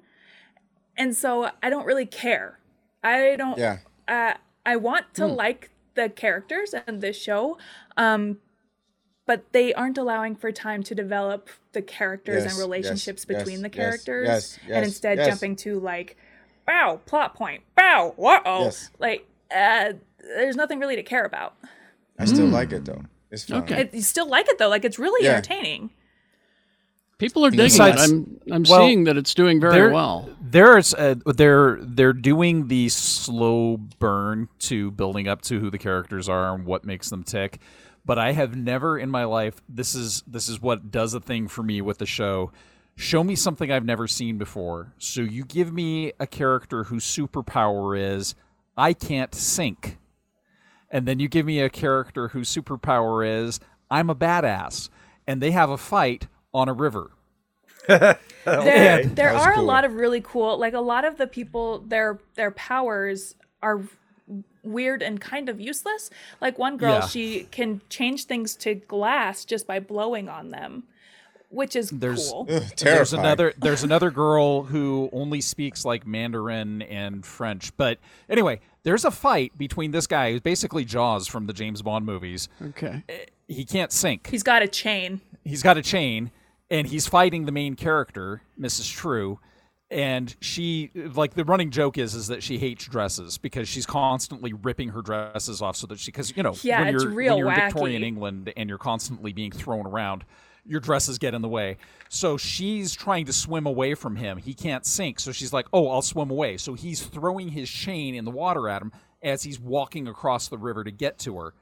And so I don't really care. I don't Yeah. Hmm. uh, I want to like the characters and this show. Um but they aren't allowing for time to develop the characters Yes, and yes, relationships yes, between the yes, characters yes, and yes, instead yes. jumping to like bow plot point bow whoa Yes. like uh there's nothing really to care about I Mm. still like it though. It's fun. Okay. it, you still like it though like it's really Yeah. entertaining People are digging Besides- it. I'm I'm well, seeing that it's doing very They're- well. There's uh, they're they're doing the slow burn to building up to who the characters are and what makes them tick. But I have never in my life this is this is what does a thing for me with the show. Show me something I've never seen before. So you give me a character whose superpower is I can't sink. And then you give me a character whose superpower is I'm a badass and they have a fight on a river. there Okay. there was are a cool. lot of really cool like a lot of the people their their powers are weird and kind of useless like one girl Yeah. she can change things to glass just by blowing on them which is There's- cool there's Terrifying. another there's another girl who only speaks like Mandarin and French. But anyway, there's a fight between this guy who's basically Jaws from the James Bond movies. Okay. He can't sink. he's got a chain He's got a chain and he's fighting the main character, Mrs. True, and she like the running joke is is that she hates dresses because she's constantly ripping her dresses off so that she cuz you know Yeah, when it's you're real when you're in Victorian wacky. England and you're constantly being thrown around, your dresses get in the way. So she's trying to swim away from him. He can't sink. So she's like, oh, I'll swim away. So he's throwing his chain in the water at him as he's walking across the river to get to her.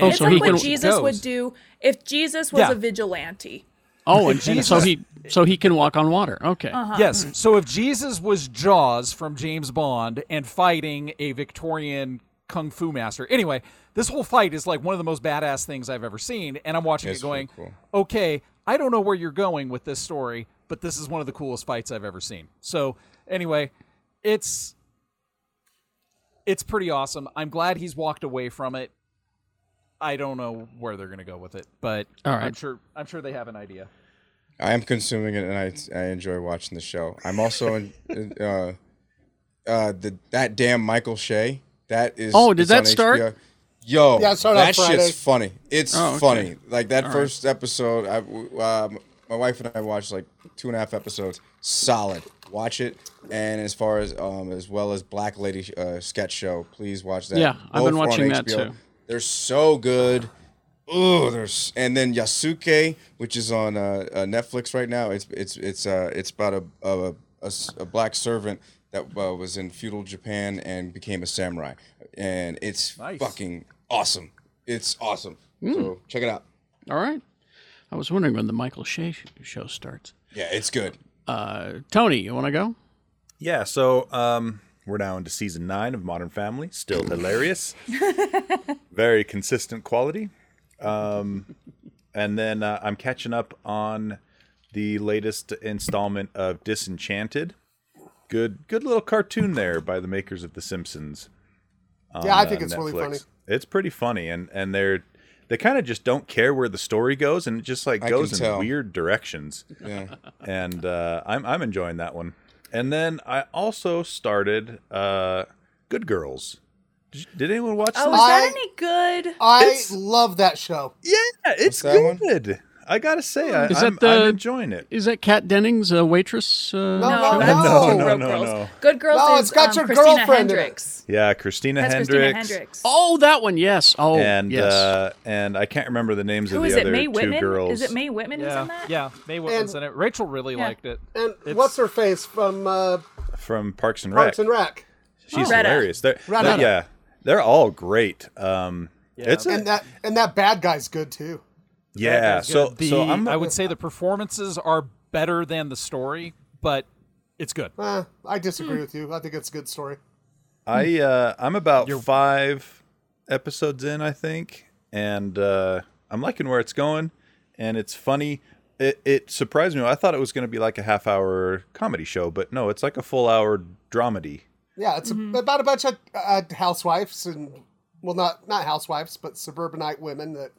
Oh, it's so like he what can- Jesus goes. would do if Jesus was Yeah. a vigilante. Oh, and, and so Jesus. he so he can walk on water. Okay. Yes. So if Jesus was Jaws from James Bond and fighting a Victorian kung fu master, anyway, this whole fight is like one of the most badass things I've ever seen. And I'm watching It's it pretty going, cool. okay, I don't know where you're going with this story, but this is one of the coolest fights I've ever seen. So anyway, it's it's pretty awesome. I'm glad he's walked away from it. I don't know where they're gonna go with it, but All right. I'm sure I'm sure they have an idea. I am consuming it, and I I enjoy watching the show. I'm also in uh, uh, the that damn Michael Shea. That is. Oh, did it's that on start? HBO. Yo, Yeah, it started on that Friday. shit's funny. It's Oh, okay. funny. Like that first episode, I, w- uh, my wife and I watched like two and a half episodes. Solid. Watch it. And as far as um, as well as Black Lady uh, sketch show, please watch that. Yeah, I've been Both on watching that HBO. too. They're so good. Oh, there's and then Yasuke, which is on uh, uh, Netflix right now. It's it's it's uh it's about a a, a- a s- a black servant that uh, was in feudal Japan and became a samurai, and it's fucking awesome. It's awesome. Hmm. So check it out. All right. I was wondering when the Michael Shea sh- show starts. Yeah, it's good. Uh, Tony, you want to go? Yeah, so um, we're now into season nine of Modern Family. Still hilarious, very consistent quality. Um, and then uh, I'm catching up on the latest installment of Disenchanted. Good, good little cartoon there by the makers of The Simpsons. on, Yeah, I think uh, it's really funny. It's pretty funny, and and they're they kind of just don't care where the story goes, and it just like I can goes in tell. weird directions Yeah. and uh, I'm I'm enjoying that one. And then I also started uh, Good Girls. Did, did anyone watch Oh, that? is I- that any good? I It's- love that show. Yeah, it's that one? good. I gotta say, I, Is that I'm, the- I'm enjoying it. Is that Kat Dennings, a waitress? Uh, No, No, no, that's no. Good No, Girl no, Girls. no. Good Girls No, is it's got um, your Christina girlfriend in it. Hendricks. Yeah, Christina That's Hendricks. Christina Hendricks. Oh, that one. Yes. Oh, And yes. uh, and I can't remember the names Who of is the it? other May two Whitman? girls. Is it May Whitman who's in Yeah, that? yeah, May Whitman's in it. Rachel really Yeah. liked it. And It's- what's her face from uh, from Parks and Rec? Parks and Rec? She's Retta. hilarious. They're, Retta. they're- yeah, they're all great. Um, It's a, And that and that bad guy's good too. yeah. It's So good. The- so I'm I would say the performances are better than the story, but it's good. Uh, I Hmm. disagree with you. I think it's a good story. Hmm. I uh, I'm about five episodes in, I think, and uh, I'm liking where it's going, and it's funny. It, it surprised me. I thought it was going to be like a half hour comedy show, but no, it's like a full hour dramedy. Yeah, it's Mm-hmm. about a bunch of uh, housewives and well, not not housewives, but suburbanite women that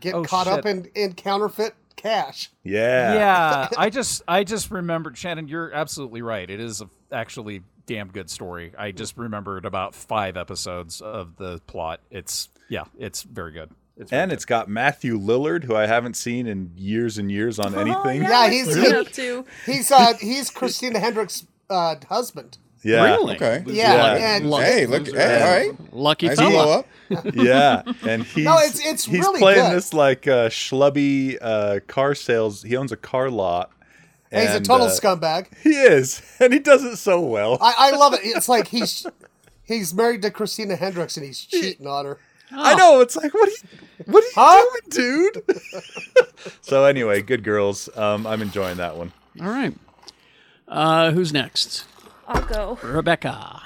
get Oh, caught up shit. in in counterfeit cash. Yeah, Yeah, I just I just remembered Shannon. You're absolutely right. It is a actually damn good story. I just remembered about five episodes of the plot. It's yeah, it's very good. It's And it's got Matthew Lillard, who I haven't seen in years and years Oh, on anything. Oh, Yeah, what's he's he good. up to? He's uh he's Christina Hendricks' uh, husband. Yeah, really? Okay. Yeah, Lucky- and- lucky- Hey, look. Hey, all right. Lucky Nice blow fella. up. yeah. And he's it's- it's he's really playing good. this like uh, schlubby uh, car sales. He owns a car lot. And he's a and, total uh, scumbag. He is, and he does it so well. I, I love it. It's like he's he's married to Christina Hendricks and he's cheating on her. I know. It's like, what are you, what are you Huh? doing, dude? so anyway, good girls. Um, I'm enjoying that one. All right. Uh, who's next? I'll go. Rebecca.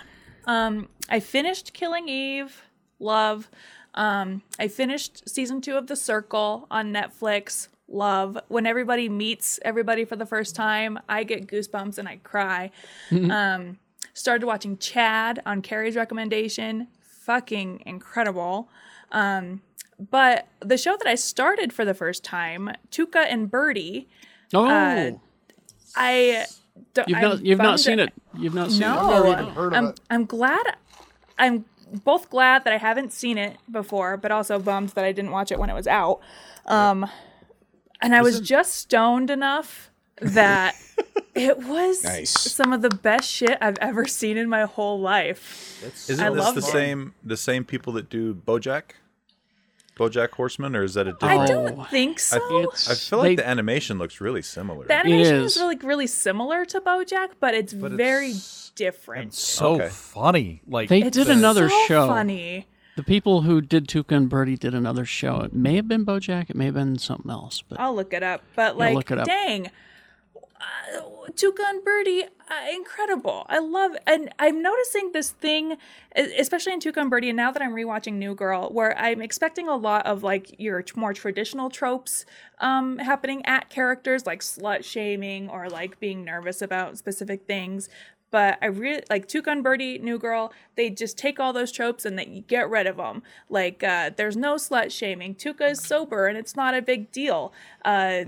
Um, I finished Killing Eve. Love. Um, I finished season two of The Circle on Netflix. Love. When everybody meets everybody for the first time, I get goosebumps and I cry. Mm-hmm. um, started watching Chad on Carrie's recommendation. Fucking incredible. Um, but the show that I started for the first time, Tuca and Birdie, Oh, Uh, I don't, you've I not you've not bummed seen it. You've not seen it. no, even heard of I'm, it. I'm glad. I'm both glad that I haven't seen it before, but also bummed that I didn't watch it when it was out. Um, and I was just stoned enough that it was Nice. some of the best shit I've ever seen in my whole life. Isn't I this love the it. same the same people that do BoJack, BoJack Horseman, or is that a I different? don't think so. It's- I feel like They- the animation looks really similar. the animation It is, is. really really similar to BoJack, but it's very different. so Okay. funny. Like They It's did another so show. Funny. The people who did Tuca and Birdie did another show. It may have been BoJack. It may have been something else. But I'll look it up. But like, look it up. dang, uh, Two Gun Birdie, uh, incredible. I love, and I'm noticing this thing, e- especially in Two Gun Birdie, and now that I'm rewatching New Girl, where I'm expecting a lot of like your t- more traditional tropes um, happening at characters, like slut shaming or like being nervous about specific things. But I really like Two Gun Birdie, New Girl. They just take all those tropes and they get rid of them. Like, uh, there's no slut shaming. Tuca is sober and it's not a big deal. Uh,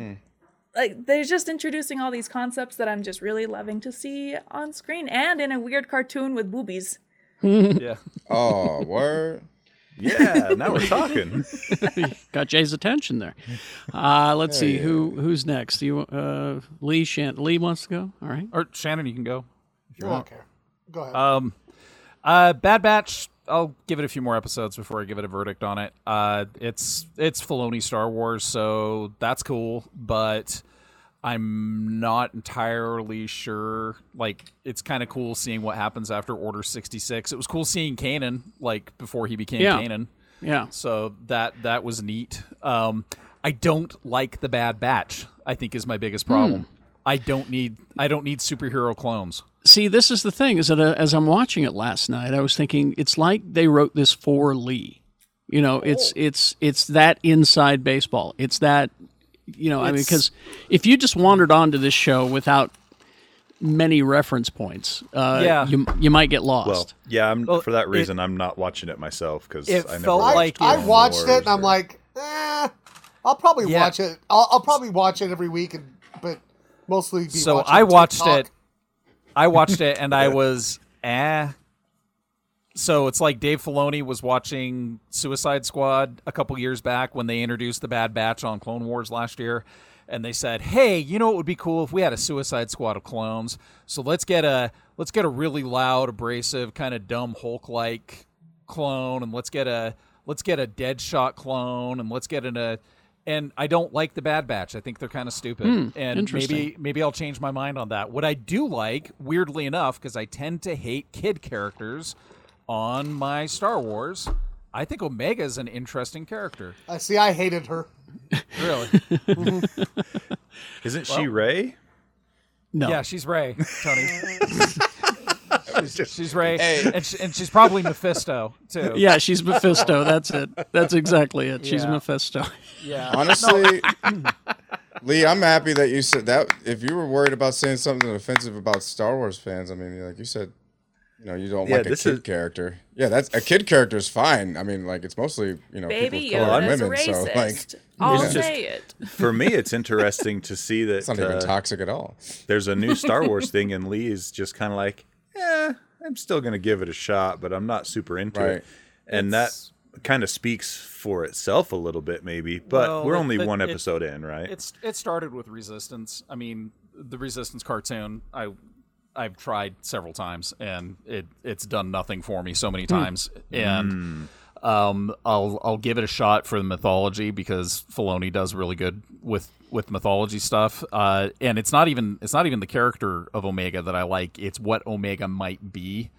like they're just introducing all these concepts that I'm just really loving to see on screen and in a weird cartoon with boobies. Yeah. Oh, word. Yeah, now we're talking. Got Jay's attention there. Uh, let's see who who's next. You uh, Lee Shan- Lee wants to go. All right. Or Shannon, you can go. I Uh-huh. don't care. Go ahead. Um, uh, Bad Batch. I'll give it a few more episodes before I give it a verdict on it. Uh, it's it's Filoni Star Wars, so that's cool, but I'm not entirely sure. Like, it's kind of cool seeing what happens after Order 66. It was cool seeing Kanan, like before he became Yeah. Kanan. Yeah. So that that was neat. Um, I don't like the Bad Batch. I think is my biggest problem. I don't need I don't need superhero clones. See, this is the thing is that uh, as I'm watching it last night, I was thinking it's like they wrote this for Lee. You know, Oh. it's it's it's that inside baseball. It's that you know, I mean, because if you just wandered onto this show without many reference points, uh, Yeah. you you might get lost. Well, yeah, I'm Well, for that it- reason I'm not watching it myself because It I never felt watched like- Clone I watched it Wars and I'm or- like, eh, I'll probably Yeah. watch it. I'll, I'll probably watch it every week, and but mostly be. so watching I watched TikTok. it. I watched it, and I was eh. So it's like Dave Filoni was watching Suicide Squad a couple years back when they introduced the Bad Batch on Clone Wars last year, and they said, "Hey, you know what would be cool if we had a Suicide Squad of clones? So let's get a let's get a really loud, abrasive, kind of dumb Hulk like clone, and let's get a let's get a Deadshot clone, and let's get an a." And I don't like the Bad Batch. I think they're kind of stupid. and interesting. maybe maybe I'll change my mind on that. What I do like, weirdly enough, because I tend to hate kid characters on my Star Wars, I think Omega's an interesting character. I see. I hated her. Really? Isn't she Ray? no, Yeah, she's Ray, Tony. she's, she's Ray, Hey. and, she, and she's probably Mephisto too. yeah, she's Mephisto. That's it. That's exactly it. She's Yeah. Mephisto. yeah. Honestly, Lee, I'm happy that you said that. If you were worried about saying something offensive about Star Wars fans, I mean, like you said, you know, you don't Yeah, like a this kid is- character. Yeah, that's a kid character is fine. I mean, like it's mostly you know Baby people of color and Yoda's a women, so like racist. I'll It's just- say it. For me, it's interesting to see that it's not even uh, toxic at all. there's a new Star Wars thing, and Lee is just kind of like, yeah, I'm still going to give it a shot, but I'm not super into Right. it. And that kind of speaks for itself a little bit, maybe. But Well, we're it- only but one it- episode in, right? It's it started with Resistance. I mean, the Resistance cartoon. I I've tried several times, and it it's done nothing for me so many times. And um, I'll I'll give it a shot for the mythology because Filoni does really good with with mythology stuff. Uh, and it's not even it's not even the character of Omega that I like. It's what Omega might be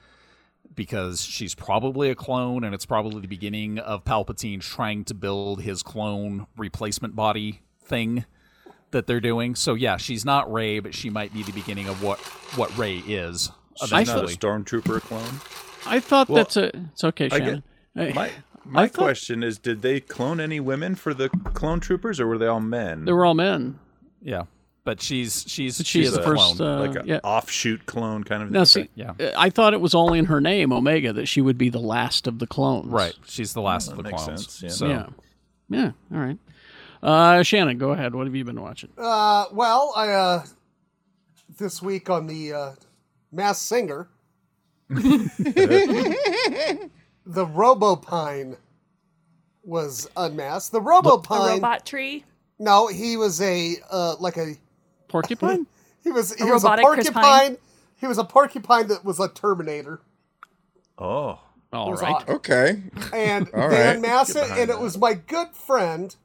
because she's probably a clone and it's probably the beginning of Palpatine trying to build his clone replacement body thing that they're doing. So yeah, she's not Ray, but she might be the beginning of what what Ray is. Uh, not a eventually. stormtrooper clone. I thought Well, that's a. It's okay, I get- Shannon. Hey, My my thought- question is, did they clone any women for the clone troopers, or were they all men? they were all men. yeah, but she's she's She she's is the a first. clone. Uh, like an yeah. offshoot clone kind of. Now, thing? see, Yeah. I thought it was only in her name, Omega, that she would be the last of the clones. right, she's the last of the makes clones. sense, yeah. So Yeah. Yeah. All right. Uh, Shannon, go ahead. What have you been watching? Uh, well, I uh, this week on the uh, Mass Singer, the Robopine was unmasked. The The Robopine. robot tree. No, he was a uh, like a Porcupine? he was he was a robotic Chris porcupine. He was a porcupine that was a Terminator. oh, It All was right. odd. Okay, and All they right. unmasked it, and it was my good friend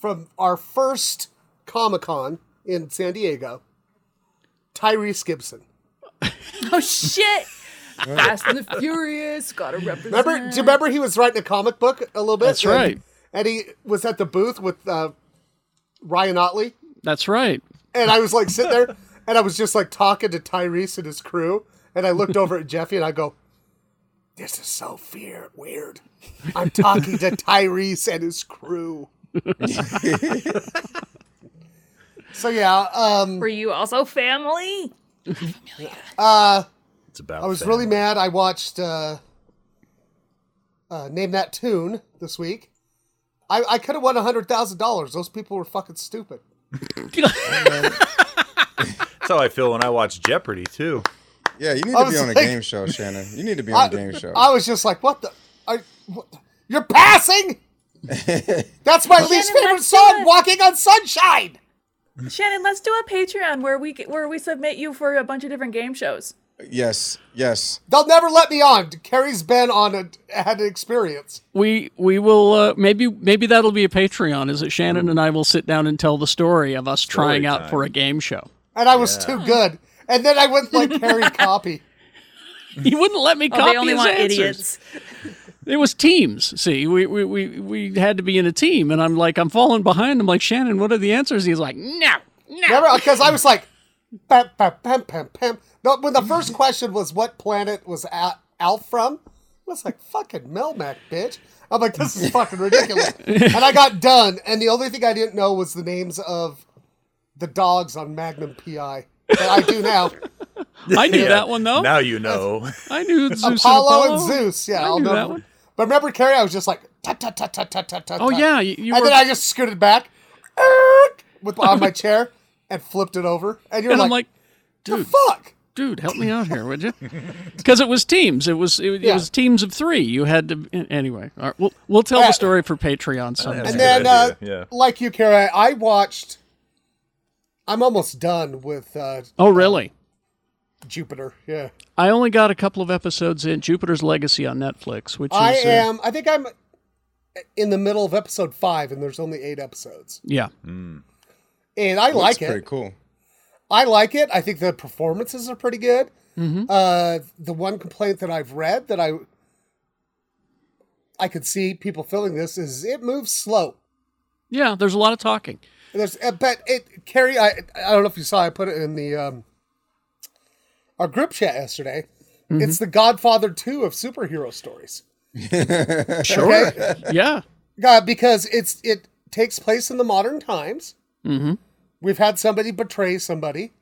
from our first Comic Con in San Diego, Tyrese Gibson. Oh shit! Fast and the Furious, gotta represent. Remember? Do you remember he was writing a comic book a little bit? That's And- right. And he was at the booth with uh, Ryan Otley, That's right. and I was like sitting there, and I was just like talking to Tyrese and his crew, and I looked over at Jeffy, and I go, "This is so fear weird." I'm talking to Tyrese and his crew. so yeah, um, Were you also family? uh, It's about. I was family. really mad. I watched uh, uh, Name That Tune this week. I, I could have won hundred thousand dollars. Those people were fucking stupid. That's how I feel when I watch Jeopardy too. Yeah, you need I to be was on a like- game show, Shannon. You need to be I, on a game show. I was just like, what the? Are, what, you're passing. That's my least Shannon, favorite let's do song, it. "Walking on Sunshine." Shannon, let's do a Patreon where we where we submit you for a bunch of different game shows. yes, yes. They'll never let me on. Carrie's been on a had an experience. We we will uh, maybe maybe that'll be a Patreon. Is it Shannon and I will sit down and tell the story of us trying out time. for a game show. and I was too good. And then I went like Harry Copy. He wouldn't let me Oh, copy they only his want answers. idiots. It was teams. See, we, we we we had to be in a team, and I'm like, I'm falling behind. I'm like, Shannon, what are the answers? He's like, no, no. Remember? Because I was like, pam, pam, pam, pam, pam. No, when the first question was what planet was Al, Al from, I was like, fucking Melmac, bitch. I'm like, this is fucking ridiculous. and I got done, and the only thing I didn't know was the names of the dogs on Magnum PI. That I do now. I knew Yeah, that one though. Now you know. I knew Zeus and Apollo Apollo and Zeus. Yeah, I will knew know. that one. But remember, Carrie, I was just like, tut, tut, tut, tut, tut, tut, tut. Oh tut. yeah, you, you and were. then I just scooted back erk, with on my chair and flipped it over. And you're and I'm like, like, the dude, fuck? dude, help me out here, would you? Because it was teams. It was it, Yeah. was teams of three. You had to anyway. All right, we'll we'll tell Uh, the story for Patreon someday. That's And a then, good uh, idea, yeah. like you, Kara, I watched. I'm almost done with uh, oh really? Jupiter. Yeah, I only got a couple of episodes in Jupiter's Legacy on Netflix, which I is uh, am. I think I'm in the middle of episode five, and there's only eight episodes, yeah. and I Looks like it. pretty cool. I like it. I think the performances are pretty good. Mm-hmm. Uh, the one complaint that I've read that I I could see people feeling this is it moves slow. Yeah, there's a lot of talking. There's, uh, but it Carrie, I I don't know if you saw. I put it in the um our group chat yesterday. It's the Godfather two of superhero stories. Sure. Yeah. Uh, because it's it takes place in the modern times. Mm-hmm. We've had somebody betray somebody,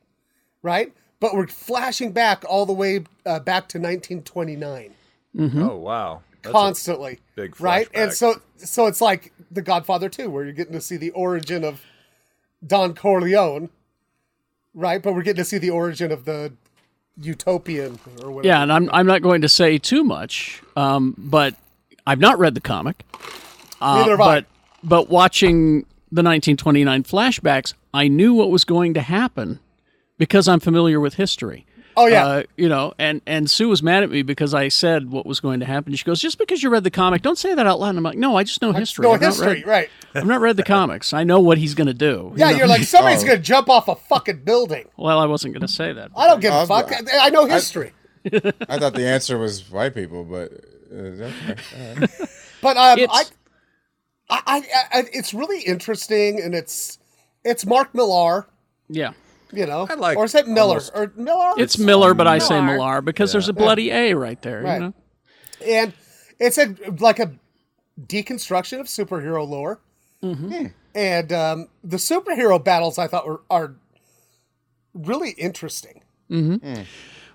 right? But we're flashing back all the way uh, back to 1929 Oh wow. That's a- constantly, big right? And flashback. so so it's like the Godfather two, where you're getting to see the origin of Don Corleone, right? But we're getting to see the origin of the utopian or whatever. Yeah, and I'm I'm not going to say too much, um, but I've not read the comic. Uh, Neither have I. but but watching the 1929 flashbacks, I knew what was going to happen because I'm familiar with history. Oh yeah. Uh, you know, and and Sue was mad at me because I said what was going to happen. She goes, "Just because you read the comic, don't say that out loud." And I'm like, "No, I just know history. no I've not history, read- right? I've not read the comics. I know what he's going to do." you Yeah, know? you're like somebody's Oh. gonna jump off a fucking building. Well, I wasn't going to say that. I don't give I a was- fuck. I, I know history, I thought the answer was white people, but uh, okay. All right. but um, I, It's- I, I, I, it's really interesting, and it's it's Mark Millar, Yeah. you know, I like or is it Miller almost- or Miller? It's Miller, but I say Millar. Millar because there's a bloody A right there. Right. You know? and it's a like a deconstruction of superhero lore, Mm-hmm. and um, the superhero battles I thought were are really interesting.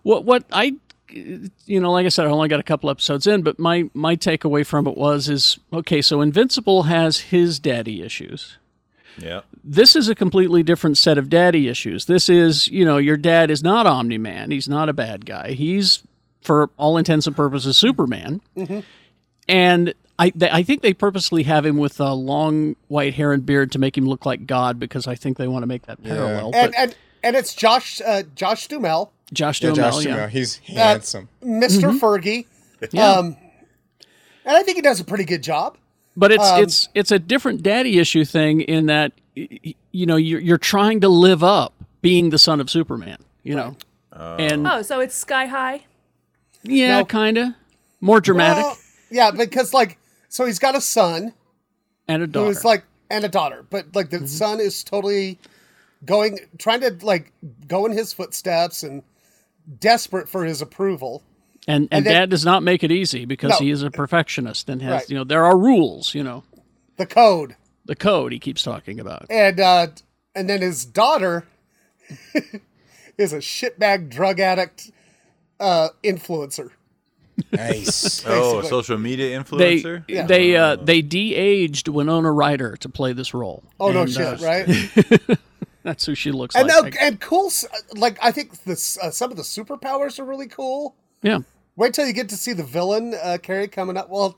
What what I you know, like I said, I only got a couple episodes in, but my my takeaway from it was is okay. So Invincible has his daddy issues. Yeah. This is a completely different set of daddy issues. This is you know your dad is not Omni Man. He's not a bad guy. He's for all intents and purposes Superman. And I they, I think they purposely have him with a long white hair and beard to make him look like God because I think they want to make that parallel. And But and and it's Josh uh, Josh Dumel, Josh Yeah, Duhamel, Josh yeah. Duhamel, he's handsome. Mister Fergie, Mm-hmm. Yeah. um, and I think he does a pretty good job. But it's Um, it's it's a different daddy issue thing in that y- y- you know you're you're trying to live up being the son of Superman, you know, and Oh, so it's Sky High. Yeah, No. kinda. More dramatic Well, yeah, because like, so he's got a son and a daughter. Mm-hmm. who's like, and a daughter, but like the son is totally going, trying to like go in his footsteps and desperate for his approval. and and, and then- dad does not make it easy because No. he is a perfectionist and has Right. you know there are rules. You know The code. the code he keeps talking about. and uh and then his daughter is a shitbag drug addict uh influencer Nice. Oh, Basically. social media They influencer. they uh, they de-aged Winona Ryder to play this role. oh no And, shit uh, right That's who she looks and now like. and cool s- like i think this uh, some of the superpowers are really cool yeah, wait till you get to see the villain uh carrie coming up well it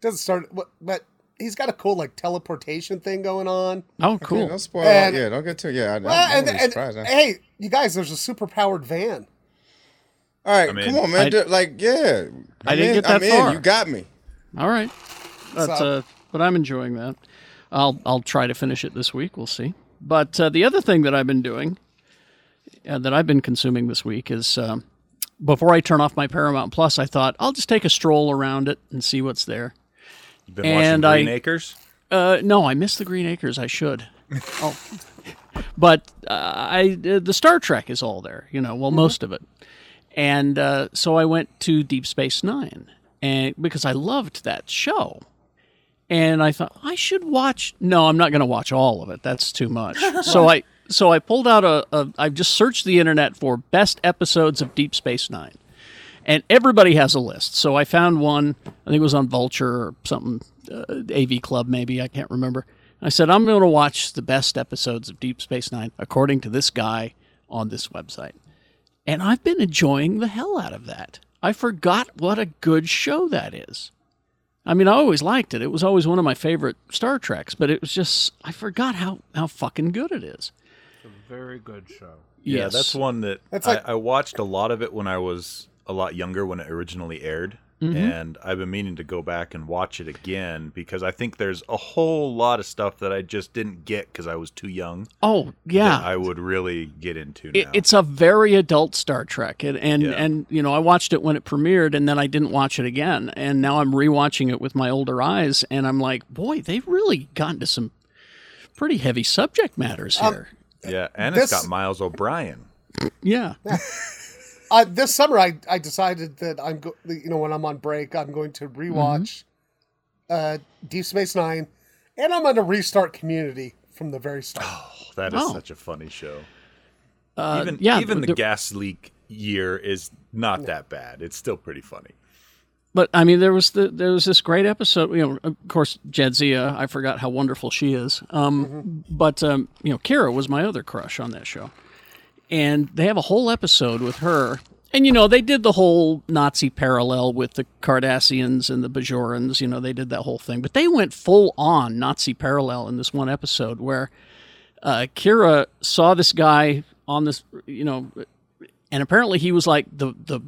doesn't start but, but he's got a cool like teleportation thing going on oh Cool. cool. Yeah, don't spoil. And- yeah, don't get too. Yeah, I, I'm, well, I'm and, really and, surprised. huh? hey you guys there's a superpowered van All right, I mean, come on, man. I- Do- like, yeah, I'm I didn't in, get that I'm far. In. You got me. All right. That's uh, but I'm enjoying that. I'll I'll try to finish it this week. We'll see. But uh, the other thing that I've been doing, uh, that I've been consuming this week, is um, before I turn off my Paramount Plus, I thought I'll just take a stroll around it and see what's there. You've been and watching Green I- Acres. Uh, no, I missed the Green Acres. I should. Oh, but uh, I uh, the Star Trek is all there. You know, well, most of it. And uh, so I went to Deep Space Nine, and because I loved that show, and I thought I should watch. No, I'm not going to watch all of it. That's too much. so I so I pulled out a, a. I've just searched the internet for best episodes of Deep Space Nine. And everybody has a list. So I found one, I think it was on Vulture or something, uh, AV Club maybe, I can't remember. I said, I'm going to watch the best episodes of Deep Space Nine according to this guy on this website. And I've been enjoying the hell out of that. I forgot what a good show that is. I mean, I always liked it. It was always one of my favorite Star Treks, but it was just, I forgot how, how fucking good it is. Very good show. Yeah, that's one that That's I, like- I watched a lot of it when I was a lot younger when it originally aired, Mm-hmm. and I've been meaning to go back and watch it again because I think there's a whole lot of stuff that I just didn't get because I was too young. Oh, yeah. that I would really get into now. it, it's a very adult Star Trek, and and, Yeah. and you know I watched it when it premiered, and then I didn't watch it again, and now I'm rewatching it with my older eyes, and I'm like, boy, they've really gotten to some pretty heavy subject matters here. yeah, and it's this- got Miles O'Brien. yeah, uh, this summer I, I decided that I'm go- you know when I'm on break I'm going to Mm-hmm. rewatch uh, Deep Space Nine, and I'm going to restart Community from the very start. Oh, that is Oh. such a funny show. uh, even yeah, even the, th- gas leak year is not that bad. It's still pretty funny. but I mean, there was the there was this great episode. You know, of course, Jadzia. I forgot how wonderful she is. Um, But um, you know, Kira was my other crush on that show, and they have a whole episode with her. And you know, they did the whole Nazi parallel with the Cardassians and the Bajorans. You know, they did that whole thing, but they went full on Nazi parallel in this one episode where uh, Kira saw this guy on this, you know, and apparently he was like the the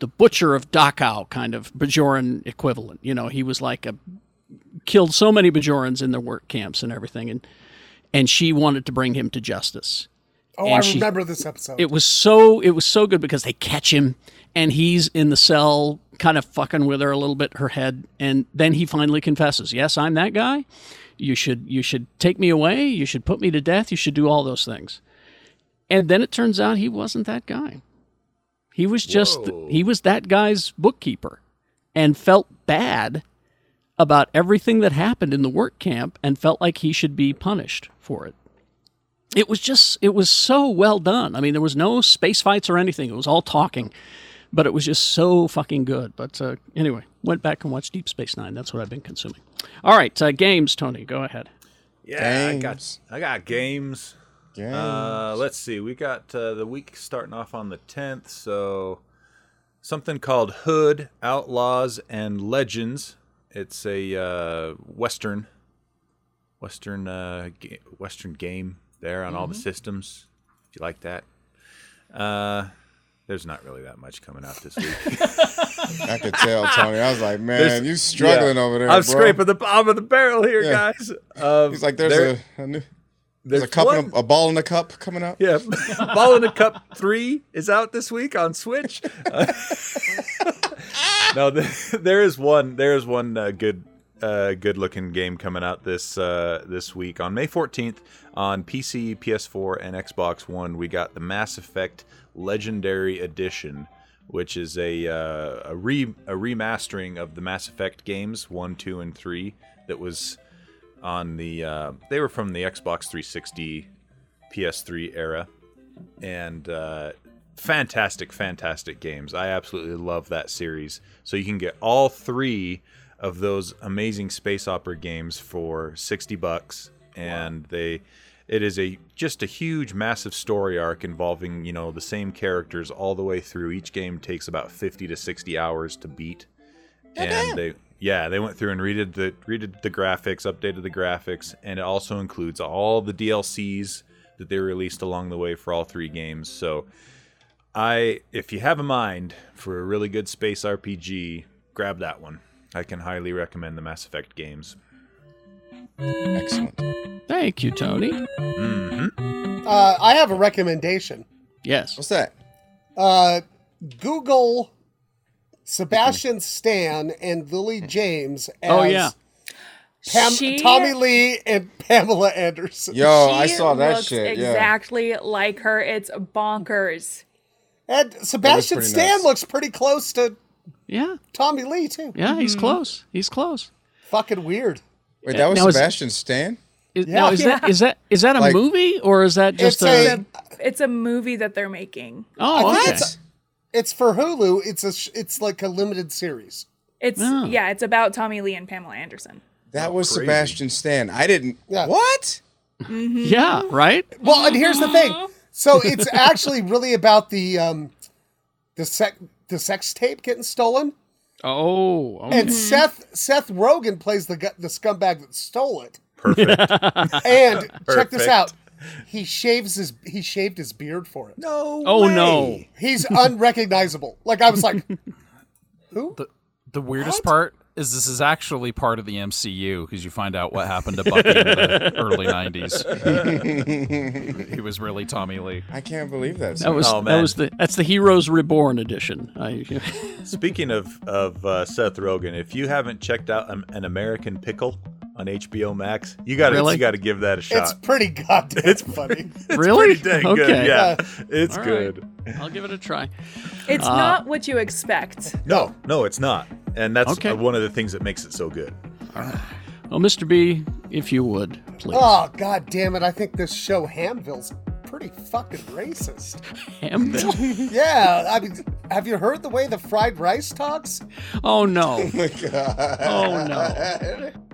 the butcher of Dachau kind of Bajoran equivalent. You know, he was like a killed so many Bajorans in their work camps and everything, and and she wanted to bring him to justice. oh, and I she- remember this episode. It was so it was so good because they catch him and he's in the cell kind of fucking with her a little bit her head and then he finally confesses, "Yes, I'm that guy. You should you should take me away, you should put me to death, you should do all those things." And then it turns out he wasn't that guy. He was just he was that guy's bookkeeper and felt bad about everything that happened in the work camp and felt like he should be punished for it it was just it was so well done i mean there was no space fights or anything it was all talking but it was just so fucking good but uh, anyway went back and watched deep space nine that's what i've been consuming all right uh, games tony go ahead Yeah, I got Games. I got games. Game. Uh, let's see. We got uh, the week starting off on the 10th, so something called Hood Outlaws and Legends. It's a uh, western western uh, ga- western game there on all Mm-hmm. the systems. If you like that. Uh, there's not really that much coming out this week. I could tell, Tony. I was like, man, There's- you struggling yeah. over there. I'm bro. scraping the bottom of the barrel here, Yeah. guys. Um, He's like, there's there- a, a new, there's there's a cup, one- in a, a ball in a cup coming up. Yeah, Ball in a Cup Three is out this week on Switch. no, th- there is one. There is one uh, good, uh, good-looking game coming out this uh, this week on May 14th on PC, PS4, and Xbox One. We got the Mass Effect Legendary Edition, which is a uh, a re a remastering of the Mass Effect games one, two, and three that was on the. Uh, they were from the Xbox 360, PS3 era and uh, fantastic, fantastic games. I absolutely love that series. So you can get all three of those amazing space opera games for sixty bucks, and they it is a just a huge, massive story arc involving you know the same characters all the way through. Each game takes about fifty to sixty hours to beat, and they. Yeah, they went through and redid the redid the graphics, updated the graphics, and it also includes all the DLCs that they released along the way for all three games. So, I if you have a mind for a really good space RPG, grab that one. I can highly recommend the Mass Effect games. Excellent. Thank you, Tony. Uh, I have a recommendation. Yes. What's that? Uh, Google Sebastian Stan and Lily James Mm-hmm. as Mm. Oh, yeah. Pam- She- Tommy Lee and Pamela Anderson. Yo, Oh, I She saw that looks shit. Yeah. Exactly like her. It's bonkers. And Sebastian pretty Stan nuts. looks pretty close to Yeah. Tommy Lee too. Yeah. He's close. He's close. Fucking weird. Wait, that was Now is- Sebastian Stan. Is, Now is that is that is that a Like- movie or is that just It's a, a- It's a movie that they're making. oh I think okay. it's- It's for Hulu. It's a. sh- It's like a limited series. It's Oh. yeah, it's about Tommy Lee and Pamela Anderson. That was crazy. Sebastian Stan. I didn't. Yeah. What? yeah right Well, and here's the thing. So it's actually really about the um, the sex the sex tape getting stolen, oh okay. and Seth Seth Rogen plays the gu- the scumbag that stole it. Perfect. And check this Perfect. out. He shaves his he shaved his beard for it. no. oh no He's unrecognizable. Like I was like, who? The weirdest part is this is actually part of the MCU because you find out what happened to Bucky in the early '90s. he was really Tommy Lee. I can't believe that. that was Oh, that man. was the that's the Heroes Reborn edition. I, Speaking of of uh, Seth Rogen, if you haven't checked out an, an American Pickle on HBO Max, you got to Really? you got to give that a It's shot. pretty goddamn It's funny. really Dang okay. good. Yeah, it's All right. good. I'll give it a try. It's not what you expect. No, no, it's not. And that's Okay. uh, one of the things that makes it so good. Well, Mr. B, if you would, please. Oh god damn it! I think this show Hamville's pretty fucking racist. Ham- Yeah, I mean, have you heard the way the fried rice talks? oh no. my God. Oh no.